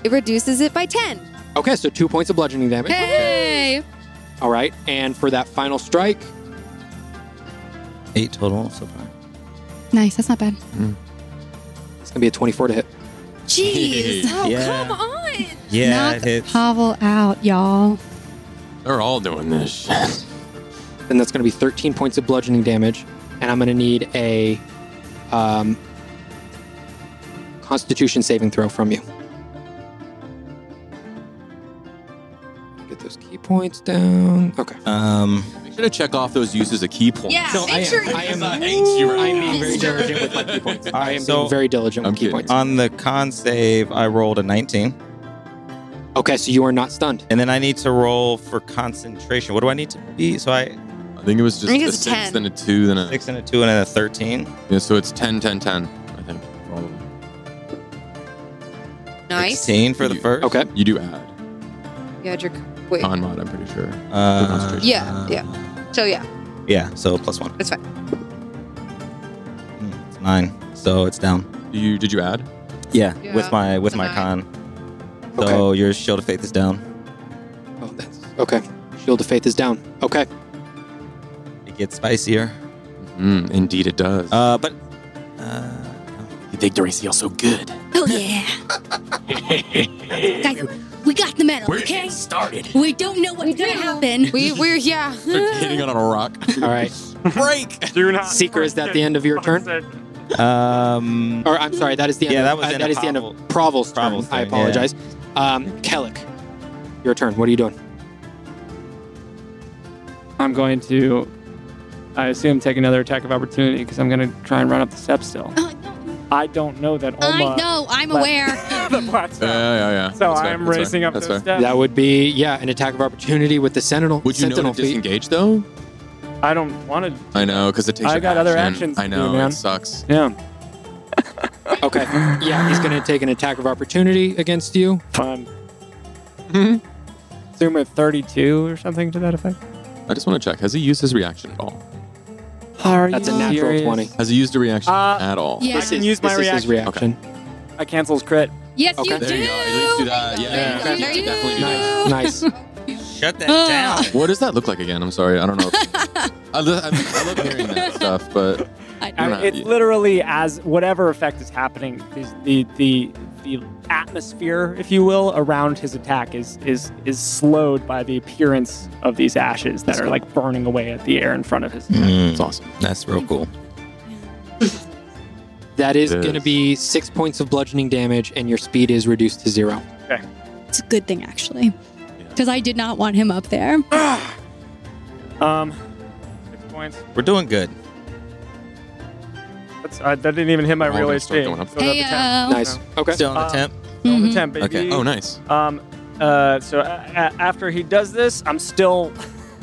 B: It reduces it by 10.
F: okay, so two points of bludgeoning damage.
I: Hey.
F: All right, and for that final strike,
D: Eight total so far.
I: Nice. That's not bad.
F: it's going to be a 24 to hit.
I: Jeez.
D: Oh, Yeah. come
I: on.
D: Yeah,
I: Knock
D: it hits.
I: Pavel out, y'all.
J: They're all doing this. shit.
F: Then that's going to be 13 points of bludgeoning damage, and I'm going to need a um, Constitution saving throw from you. Get those key points down. Okay.
D: Um,
J: Make sure to check off those uses of key points.
B: Yeah, make
F: I am-
B: sure
F: I am-
B: you-
F: I
J: hate you right
F: I'm being
J: now.
F: very diligent with my key points. I am
D: so-
F: being very diligent
J: I'm
F: with key
J: kidding.
F: points.
D: on the con save, I rolled a 19,
J: Uh,
F: Okay, so you are not stunned.
D: and then I need to roll for concentration. What do I need to be? So I
J: I think it was just
B: I think
J: a
B: it's
J: six,
B: 10.
J: then a two, then a.
D: six and a two and then a 13.
J: Yeah, so it's 10, 10, 10, I think. for all of them.
B: Nice.
D: 16 for the
J: You-
D: first.
F: Okay.
J: You do add
B: Yeah, your, wait.
J: con mod, I'm pretty sure.
D: Uh,
J: Concentration.
B: Yeah, yeah. So yeah,
D: Yeah, so plus one.
B: that's fine.
D: Mm, It's nine, so it's down.
J: Do you did you add?
D: Yeah,
K: Yeah,
D: with my with
B: it's a
D: my
B: nine.
D: con. So your shield of faith is down.
F: Oh, that's okay. Shield of Faith is down. Okay.
D: It gets spicier.
J: Mm, indeed, it does.
D: Uh, but uh,
J: you think Doraciel's so good?
I: Oh, yeah. Guys, we got the medal, okay?
J: started.
I: We don't know what's going to
K: do.
I: happen.
K: We we're yeah.
J: They're hitting on a rock.
F: All right.
J: Break.
E: Do not.
F: Seeker, is that the end of your turn?
D: um,
F: Or I'm sorry, that is the end.
D: Yeah,
F: of,
D: that was
F: uh,
D: the end
F: that
D: of
F: is the end of
D: Provel-
F: Provel's turn.
D: Provel's
F: I
D: turn, yeah.
F: apologize. Um, Kellic, your turn. What are you doing?
E: I'm going to, I assume, take another attack of opportunity because I'm going to try and run up the steps still.
I: Oh, no.
E: I don't know that
I: I
E: Oma.
I: know. I'm
E: Left.
I: aware.
E: the plateau.
J: Yeah, yeah, yeah, yeah.
E: so
J: That's fair,
E: I'm
J: that's fair,
E: racing up
J: That's
E: those
J: fair.
E: steps.
F: That would be yeah, an attack of opportunity with the Sentinel.
J: Would you know
F: Sentinel
J: to
F: feat.
J: disengage though?
E: I don't want to.
J: I know, because it takes.
E: I
J: your
E: got
J: action.
E: other actions to
J: I know
E: do, man.
J: it sucks.
E: Yeah.
F: Okay. Yeah, he's going to take an attack of opportunity against you.
E: Fun.
I: Hmm.
E: Assume a 32 or something to that effect.
J: I just want to check. Has he used his reaction at all?
E: Are
F: That's a natural 20.
J: Has he used a reaction
E: Uh,
J: at all?
I: Yeah.
E: I can use my
F: this is his
E: reaction.
F: reaction.
E: I cancels crit.
I: Yes,
F: Okay.
I: you
J: There
I: do.
J: you go. At least do that. Yeah,
I: There you go.
J: you
I: There
J: should
I: you
J: definitely do
I: go.
F: Nice.
D: shut that
I: Ah.
D: down.
J: What does that look like again? I'm sorry, I don't know. If, I, lo- I, I love hearing that stuff, but
E: I-
J: You're not-
E: it's
J: you-
E: literally as whatever effect is happening, the, the the the atmosphere, if you will, around his attack is is is slowed by the appearance of these ashes that are like burning away at the air in front of his.
J: it's awesome.
D: Mm. That's real cool.
F: That is
J: Yes.
F: going to be six points of bludgeoning damage, and your speed is reduced to zero.
I: It's a good thing, actually. Because I did not want him up there.
E: Um, six points.
D: We're doing good.
E: That's, uh, that didn't even hit my
J: All
E: real
J: good stuff
E: HP.
J: going up.
E: So that's a
I: Heyo.
E: ten.
F: Nice.
E: So,
F: Okay.
D: Still on the
E: Uh,
D: temp.
E: roll the
I: Mhm.
E: temp, baby.
D: Okay.
J: Oh, nice.
E: Um, uh, so a- a- after he does this, I'm still.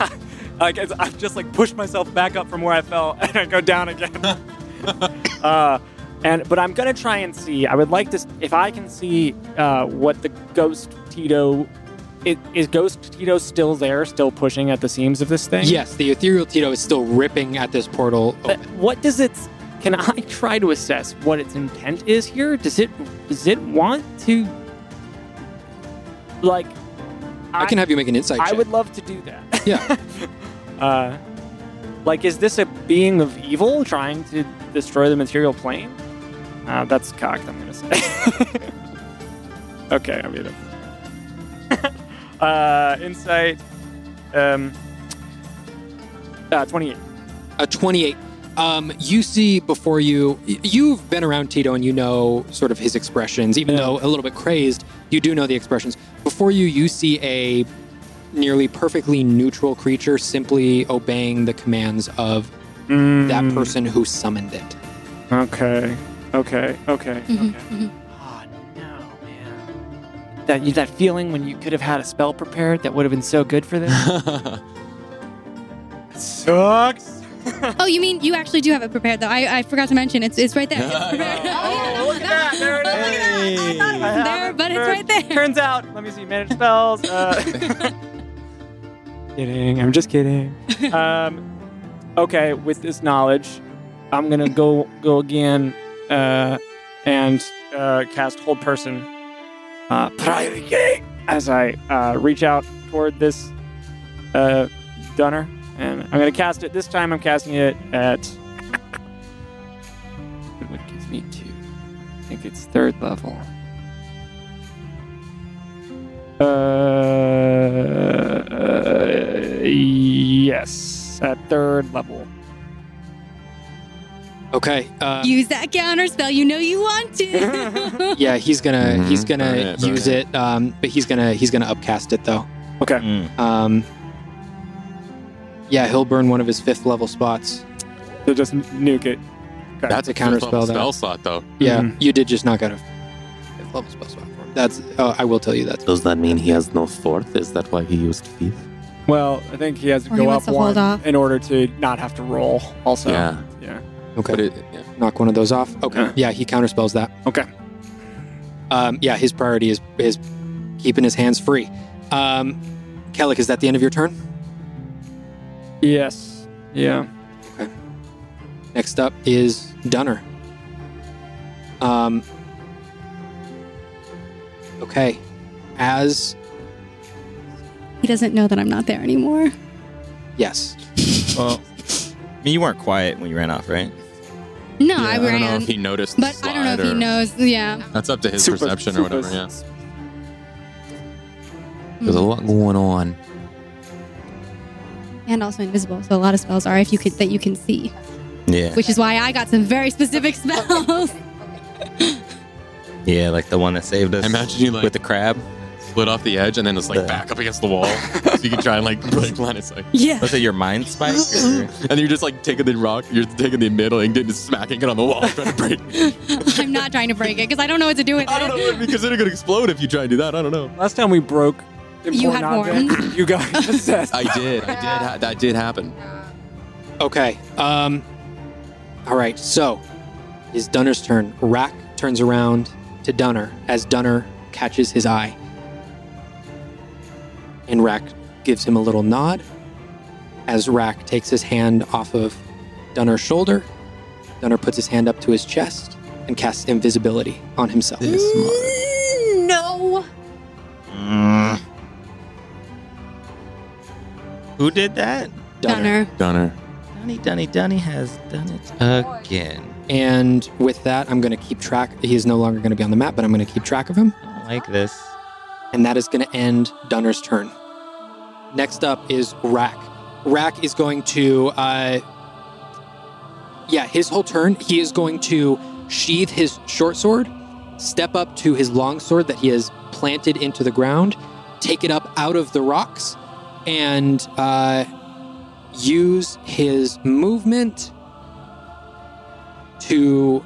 E: like, it's- I've just like pushed myself back up from where I fell and I go down again. uh, and But I'm going to try and see. I would like to, s- if I can see uh, what the ghost Tito. Is, is Ghost Tito still there, still pushing at the seams of this thing?
F: Yes, the ethereal Tito is still ripping at this portal. Oh,
E: But what does its. Can I try to assess what its intent is here? Does it does it want to like
F: I, can have you make an insight
E: I
F: check.
E: would love to do that.
F: Yeah.
E: uh, like, is this a being of evil trying to destroy the material plane? Uh, that's cocked, I'm going to say. okay, I mean it. uh, insight um, uh, 28.
F: a 28. Um, you see before you, y- you've been around Tito and you know sort of his expressions, even though a little bit crazed, you do know the expressions. Before you, you see a nearly perfectly neutral creature simply obeying the commands of
E: Mm.
F: that person who summoned it.
E: Okay, okay, okay,
I: Mhm,
E: okay.
I: mhm.
E: Oh, no, man. That, you- that feeling when you could have had a spell prepared that would have been so good for this? Sucks.
I: Oh, you mean you actually do have it prepared though? I, I forgot to mention it's it's right there. It's prepared.
E: Oh, look at that. There it
I: Oh, look at that. I thought it
E: is.
I: wasn't there, but it's right there.
E: Turns out, let me see, manage spells. Uh, kidding, I'm just kidding. Um, okay, with this knowledge, I'm gonna go go again uh, and uh, cast hold person. Uh, Priority as I uh, reach out toward this uh, dunner, and I'm gonna cast it. This time, I'm casting it at what gives me two. I think it's third level. Uh, yes, at third level.
F: Okay. Uh,
I: Use that counter spell. You know you want to.
F: yeah, he's gonna he's
J: Mhm.
F: gonna
J: Alright,
F: use it, um, but he's gonna he's gonna upcast it though.
D: Mm.
F: Um, yeah, he'll burn one of his fifth level spots.
E: So just n- nuke it.
F: That's a counter
J: Fifth level
F: spell, though.
J: Spell slot though.
F: Yeah,
E: Mhm.
F: you did just knock out a fifth level spell slot for him. That's. Uh, I will tell you that.
L: Does that mean he has no fourth? Is that why he used fifth?
E: Well, I think he has to
I: Or he
E: go up
I: wants to
E: one
I: hold off.
E: in order to not have to roll. Also,
L: Yeah.
E: yeah.
F: Okay,
J: But it, yeah.
F: knock one of those off. Okay,
E: Yeah.
F: yeah, he counterspells that.
E: Okay.
F: Um, yeah, his priority is is keeping his hands free. Um, Kellic, is that the end of your turn?
E: Yes. Yeah.
F: Next up is Dunner. Um, okay, as
I: he doesn't know that I'm not there anymore.
F: yes,
D: Well, I mean, you weren't quiet when you ran off, right?
I: No,
J: Yeah,
I: I
J: I don't know
I: ran.
J: if he noticed. the
I: but I don't know if
J: slide
I: he
J: or-
I: knows. Yeah.
J: That's up to his
E: Super-
J: perception or
E: super-
J: whatever. Yeah.
L: There's a lot going on.
I: And also invisible. So a lot of spells are if you could that you can see.
D: Yeah.
I: Which is why I got some very specific spells.
D: Yeah, like the one that saved us.
J: I imagine you like
D: with the crab.
J: split off the edge and then it's like
D: Yeah.
J: back up against the wall, so you can try and like break line of sight.
I: yeah.
D: Was it your mind spike? or-
J: And then you're just like taking the rock, you're taking the middle and getting smacking it on the wall, trying to break.
I: I'm not trying to break it because I don't know what to do with
J: I don't
I: it.
J: know because then it could explode if you try and do that. I don't know.
E: Last time we broke,
I: You had
E: important object, You got obsessed.
J: I did. I did. Ha- that did happen.
F: Okay. Um. All right. So, it's Dunner's turn. Rack turns around to Dunner as Dunner catches his eye, and Rack gives him a little nod as Rack takes his hand off of Dunner's shoulder. Dunner puts his hand up to his chest and casts invisibility on himself.
J: This mother.
B: No.
D: Mm. Who did that?
I: Dunner.
J: Dunner.
D: Dunny, Dunny, Dunny has done it again.
F: And with that, I'm going to keep track. He is no longer going to be on the map, but I'm going to keep track of him.
D: I don't like this.
F: and that is going to end Dunner's turn. Next up is Rack. Rack is going to, uh, yeah, his whole turn, he is going to sheathe his short sword, step up to his long sword that he has planted into the ground, take it up out of the rocks, and uh, use his movement to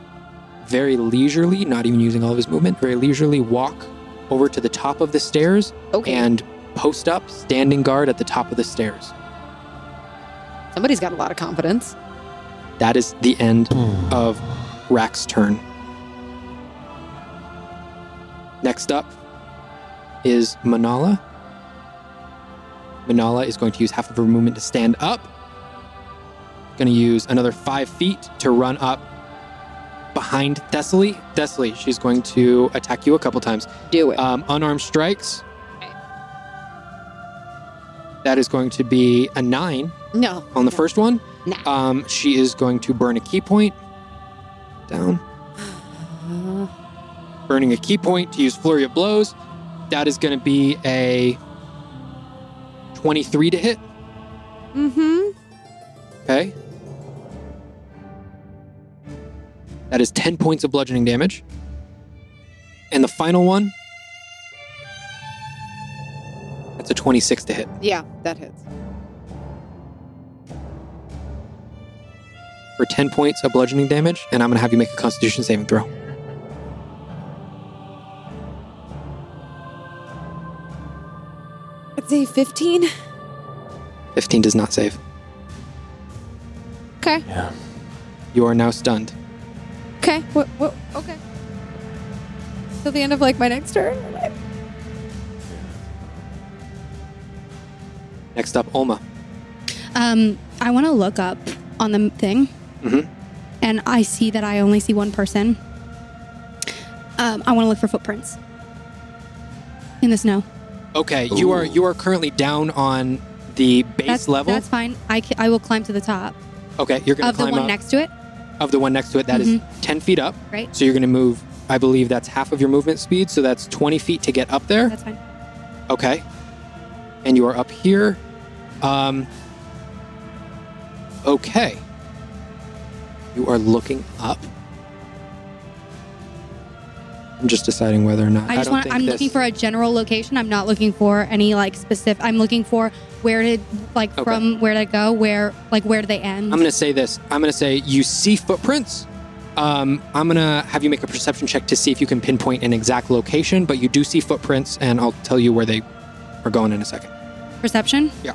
F: very leisurely, not even using all of his movement, very leisurely walk over to the top of the stairs
B: Okay.
F: and post up standing guard at the top of the stairs.
B: Somebody's got a lot of confidence.
F: That is the end of Rack's turn. Next up is Manala. Manala is going to use half of her movement to stand up. Going to use another five feet to run up behind Thessaly. Thessaly, she's going to attack you a couple times.
B: Do it.
F: Um, unarmed strikes. That is going to be a nine
B: no.
F: on the first one.
B: Nah.
F: Um, she is going to burn a key point. Down.
B: Uh,
F: Burning a key point to use Flurry of Blows. That is going to be a 23 to hit.
K: Mm-hmm.
F: Okay. That is 10 points of bludgeoning damage. And the final one. That's a 26 to hit.
B: yeah, that hits.
F: for 10 points of bludgeoning damage, and I'm going to have you make a constitution saving throw.
B: I'd say 15.
F: 15 does not save.
K: Okay.
F: You are now stunned.
K: Okay. What? What? Okay.
B: Till the end of like my next turn.
F: Next up, Olma.
I: Um, I want to look up on the thing,
F: Mhm.
I: and I see that I only see one person. Um, I want to look for footprints in the snow.
F: Okay, you are you are currently down on the base
I: that's
F: level.
I: That's fine. I, ca- I will climb to the top
F: okay, you're going to
I: of the
F: climb
I: one
F: up
I: next to it.
F: of the one next to it. That is 10 feet up.
I: Right.
F: So you're going to move. I believe that's half of your movement speed, so that's 20 feet to get up there.
I: That's fine.
F: Okay. And you are up here. Um, okay. You are looking up. I'm just deciding whether or not.
I: I just
F: don't
I: want.
F: think
I: I'm
F: this-
I: looking for a general location. I'm not looking for any like specific. I'm looking for where did like
F: Okay.
I: from where to go, where like where do they end?
F: I'm gonna say this. I'm gonna say you see footprints. Um, I'm gonna have you make a perception check to see if you can pinpoint an exact location, but you do see footprints, and I'll tell you where they are going in a second.
I: Perception.
F: Yeah.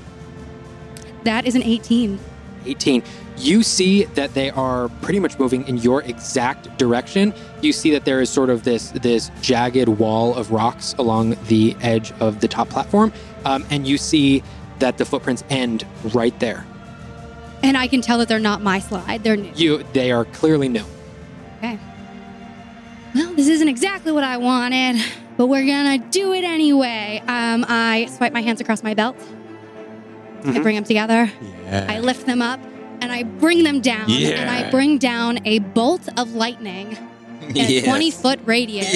I: That is an 18.
F: 18. You see that they are pretty much moving in your exact direction. You see that there is sort of this this jagged wall of rocks along the edge of the top platform, um, and you see that the footprints end right there.
I: And I can tell that they're not my slide. They're new.
F: You they are clearly new.
I: Well, this isn't exactly what I wanted, but we're gonna do it anyway. Um, I swipe my hands across my belt. I
F: Mhm.
I: bring them together.
J: Yeah.
I: I lift them up and I bring them down. And I
J: Yeah.
I: bring down a bolt of lightning at a 20 foot radius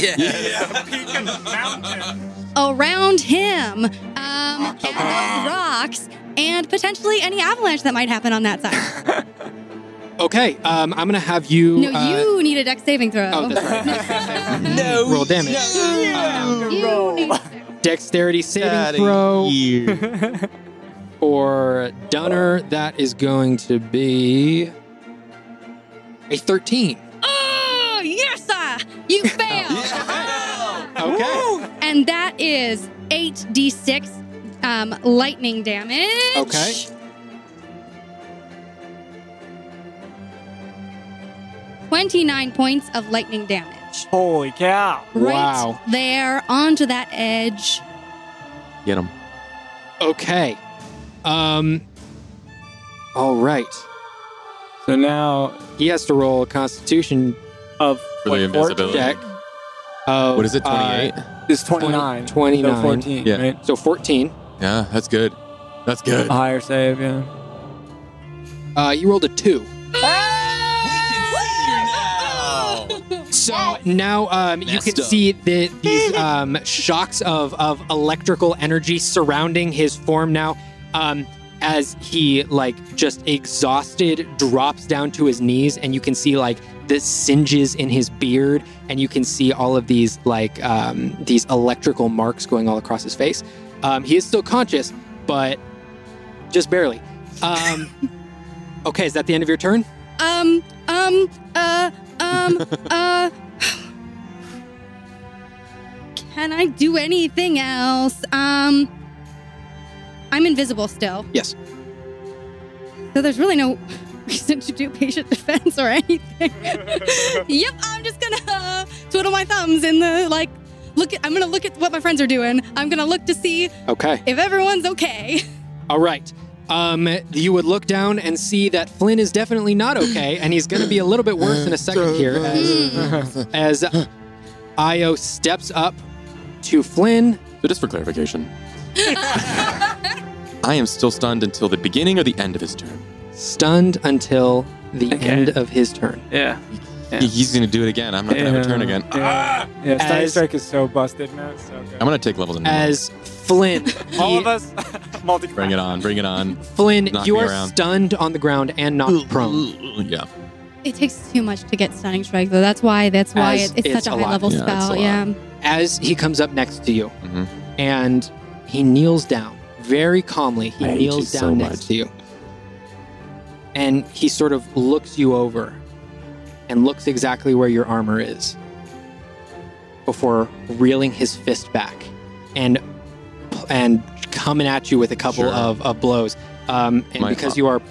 I: around him um, and those rocks and potentially any avalanche that might happen on that side.
F: Okay, um, I'm gonna have you.
I: No,
F: uh,
I: you need a deck saving throw.
F: Oh, that's right.
D: No.
F: Roll damage. Um,
I: You need-
F: Dexterity
H: Outta
F: saving throw
H: here.
F: or Dunner. That is going to be a 13.
I: Oh, yes, sir! You failed!
F: Okay.
I: And that is 8d6 um, lightning damage.
F: Okay.
I: Twenty-nine points of lightning damage.
A: Holy cow.
I: Right
F: Wow.
I: there, onto that edge.
L: Get him.
F: Okay. Um. All right.
E: So now
F: He has to roll a Constitution
A: Of
J: For
A: what,
J: the
A: 14?
J: invisibility.
F: deck. Of,
L: What is it?
F: uh,
L: Twenty-eight.
E: it's 29.
F: 29.
E: So 14,
J: Yeah.
E: right?
F: so 14.
J: yeah, that's good. That's good.
E: A higher save, yeah.
F: Uh, you rolled a two. So now um, you can
L: Messed up.
F: see the, these um, shocks of, of electrical energy surrounding his form now um, as he, like, just exhausted, drops down to his knees, and you can see, like, the singes in his beard, and you can see all of these, like, um, these electrical marks going all across his face. Um, he is still conscious, but just barely. Um, okay, is that the end of your turn?
I: Um, um, uh, um, uh. Can I do anything else? Um, I'm invisible still.
F: Yes.
I: So there's really no reason to do patient defense or anything. yep, I'm just gonna uh, twiddle my thumbs in the like. Look, at, I'm gonna look at what my friends are doing. I'm gonna look to see
F: Okay.
I: if everyone's okay.
F: All right. Um, you would look down and see that Flynn is definitely not okay, and he's going to be a little bit worse in a second here as, as Io steps up to Flynn.
J: So just for clarification, I am still stunned until the beginning or the end of his turn.
F: stunned until the
E: Okay.
F: end of his turn.
E: Yeah. Yeah.
J: He- He's gonna do it again. I'm not gonna have a turn
E: Yeah.
J: again. Ah!
E: Yeah, yeah Star
F: As-
E: Strike is so busted now. It's so good.
J: I'm gonna take levels in.
F: As Flynn,
E: All
F: he-
E: of us, multi.
F: Uh,
J: bring it on, bring it on.
F: Flynn,
J: knock
F: you
J: me
F: are
J: around.
F: stunned on the ground and knocked prone.
J: yeah.
I: It takes too much to get stunning strike, though. That's why. That's why
F: As
I: it, it's,
F: it's
I: such a,
F: a
I: high
F: lot.
I: level
J: Yeah, it's a
I: spell.
J: lot.
I: Yeah.
F: As he comes up next to you,
L: Mm-hmm.
J: Mhm.
F: and he kneels down very calmly. He
L: I hate you
F: kneels
L: so
F: down next
L: much.
F: to you, and he sort of looks you over and looks exactly where your armor is before reeling his fist back and and coming at you with a couple
J: Sure.
F: of, of blows. Um, and
J: My
F: because
J: fault.
F: you are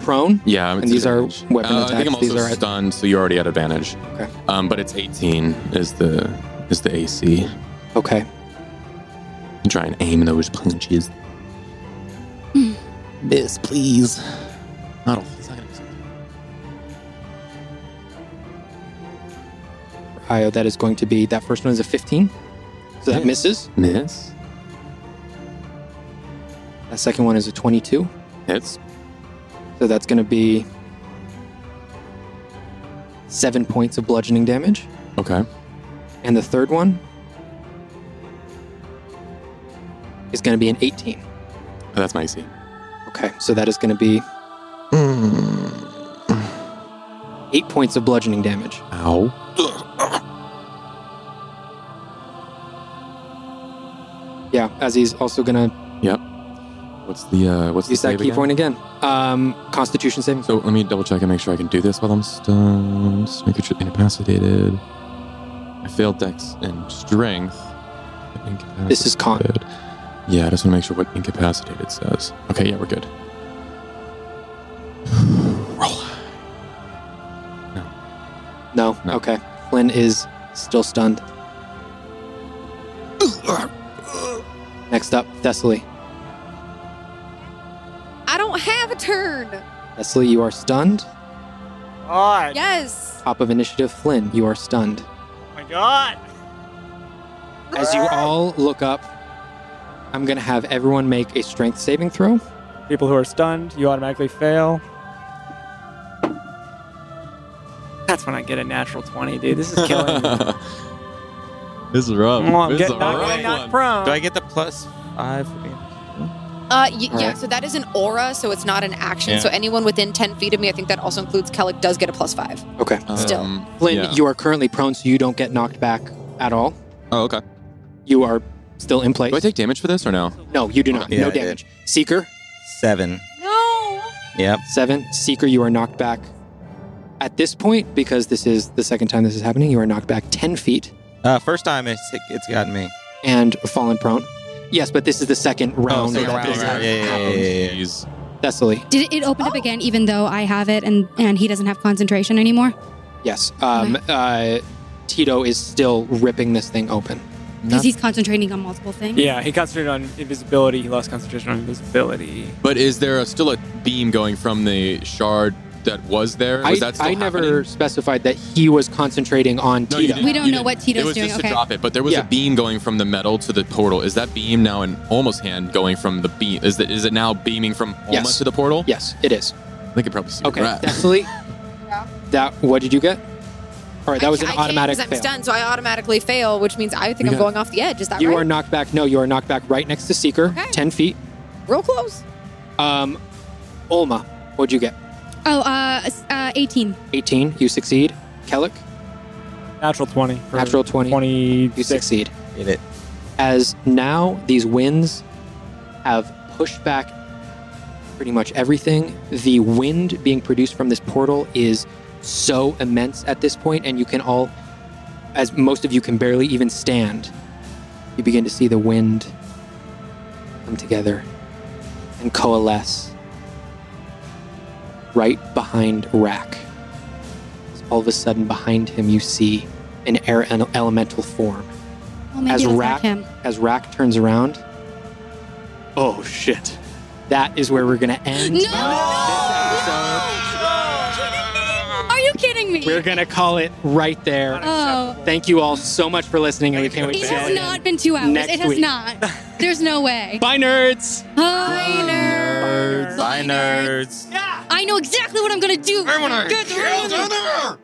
F: prone,
J: Yeah. I'm at
F: And these are
J: disadvantage.
F: weapon
J: Uh, I think I'm
F: attacks. These
J: also
F: are at-
J: stunned, so you're already at advantage.
F: Okay.
J: Um, but it's 18 is the is the AC.
F: okay,
J: And try and aim those punches.
F: Hmm.
J: Miss, please. I don't. He's not gonna miss.
F: Io, that is going to be that first one is a 15, so that
J: Yes.
F: misses.
J: Miss.
F: That second one is a 22.
J: Hits.
F: So that's going to be seven points of bludgeoning damage.
J: Okay.
F: And the third one is going to be an 18.
J: That's my AC.
F: Okay, so that is going to be eight points of bludgeoning damage.
J: Ow.
F: Yeah, as he's also going to
J: What's the uh, what's
F: use
J: the
F: that
J: save
F: key
J: again?
F: point again. Um, Constitution saving.
J: So let me double check and make sure I can do this while I'm stunned. Just making sure incapacitated. I failed Dex and Strength. but incapacitated.
F: This is con.
J: Yeah, I just want to make sure what incapacitated says. Okay, yeah, we're good. Roll.
F: No.
J: No.
F: Okay. Flynn is still stunned. Next up, Thessaly.
B: I don't have a turn.
F: Thessaly, you are stunned.
E: God.
B: Yes.
F: Top of initiative, Flynn, you are stunned.
E: Oh my God.
F: As you all look up, I'm going to have everyone make a strength saving throw.
E: People who are stunned, you automatically fail. That's when I get a natural 20, dude. This is killing me.
J: this is rough.
E: Come on,
J: this
E: get
J: is a
E: knocked,
J: rough
E: get knocked
J: one.
E: prone.
D: Do I get the plus five? for being-
B: Uh, y-
F: All
B: yeah.
F: right.
B: So that is an aura, so it's not an action.
J: Yeah.
B: So anyone within ten feet of me, I think that also includes Kellic, does get a plus five.
F: Okay.
B: Still.
J: Um,
F: Flynn,
J: yeah.
F: you are currently prone, so you don't get knocked back at all.
J: Oh, okay.
F: You are still in place.
J: Do I take damage for this or no?
F: no, you do not.
D: Yeah, I
F: no
D: did.
F: damage. Seeker,
D: Seven.
B: No.
D: Yep.
F: Seven, Seeker, you are knocked back. At this point, because this is the second time this is happening, you are knocked back 10 feet
D: Uh, first time it's it's got me.
F: and fallen prone. Yes, but this is the second round.
D: Oh, second
F: that
D: round,
F: this
D: sorry.
F: happened.
D: Yeah, yeah, yeah, yeah, yeah.
J: Jeez.
F: Thessaly,
I: Did it, it
F: Oh.
I: opened up again, even though I have it and and he doesn't have concentration anymore?
F: yes. Um, uh, Tito is still ripping this thing open.
I: Because he's concentrating on multiple things.
E: Yeah, he concentrated on invisibility. He lost concentration on invisibility.
J: But is there a, still a beam going from the shard that was there? Was
F: I,
J: that still
F: I
J: happening?
F: never specified that he was concentrating on
J: No, you
F: Tito.
J: didn't.
I: We don't
J: You
I: know
J: didn't.
I: what Tito's
J: it was
I: doing.
J: just
I: okay.
J: to drop it, but there was
F: Yeah.
J: a beam going from the metal to the portal. Is that beam now an almost hand going from the beam? Is that is it now beaming from almost
F: Yes.
J: to the portal?
F: Yes, it is.
J: They could probably see.
F: Okay,
J: Right.
F: Thessaly, that what did you get? All right, that was
B: I,
F: an
B: I can't
F: automatic
B: 'cause I'm
F: fail.
B: stunned, so I automatically fail, which means I think
J: We
B: I'm
J: got-
B: going off the edge. Is that
F: You
B: right?
F: are knocked back. No, you are knocked back right next to Seeker,
B: Okay.
F: 10 feet.
B: Real close.
F: Um, Olma, what'd you get?
I: Oh, uh, s- uh, 18.
F: 18. You succeed. Kellic,
E: Natural 20. for
F: natural 20.
E: 20.
F: You succeed.
D: Get it.
F: As now these winds have pushed back pretty much everything. The wind being produced from this portal is so immense at this point, and you can all, as most of you can barely even stand, you begin to see the wind come together and coalesce right behind Rack. All of a sudden, behind him, you see an air ele- elemental form.
I: Well, maybe
F: As
I: that's
F: Rack-
I: not him.
F: As Rack turns around, oh shit! That is where we're gonna end.
I: No!
F: this episode.
I: Are you kidding me?
F: We're gonna call it right there.
I: oh,
F: Thank you all so much for listening, and we can't wait to
I: it
F: see you all
I: has
F: again.
I: not been two hours.
F: Next
I: it has
F: week.
I: not. There's no way.
F: Bye, nerds.
I: Hi,
D: Nerds.
I: Bye,
D: nerds.
I: I know exactly what I'm gonna do. Good room.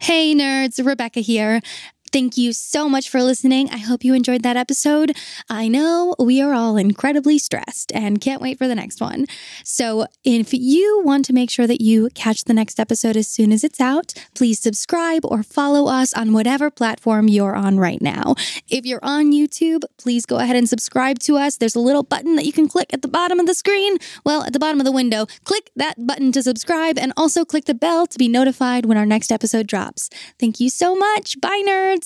I: Hey nerds, Rebecca here. Thank you so much for listening. I hope you enjoyed that episode. I know we are all incredibly stressed and can't wait for the next one. So, if you want to make sure that you catch the next episode as soon as it's out, please subscribe or follow us on whatever platform you're on right now. If you're on YouTube, please go ahead and subscribe to us. There's a little button that you can click at the bottom of the screen well, at the bottom of the window, click that button to subscribe and also click the bell to be notified when our next episode drops. Thank you so much. Bye, nerds.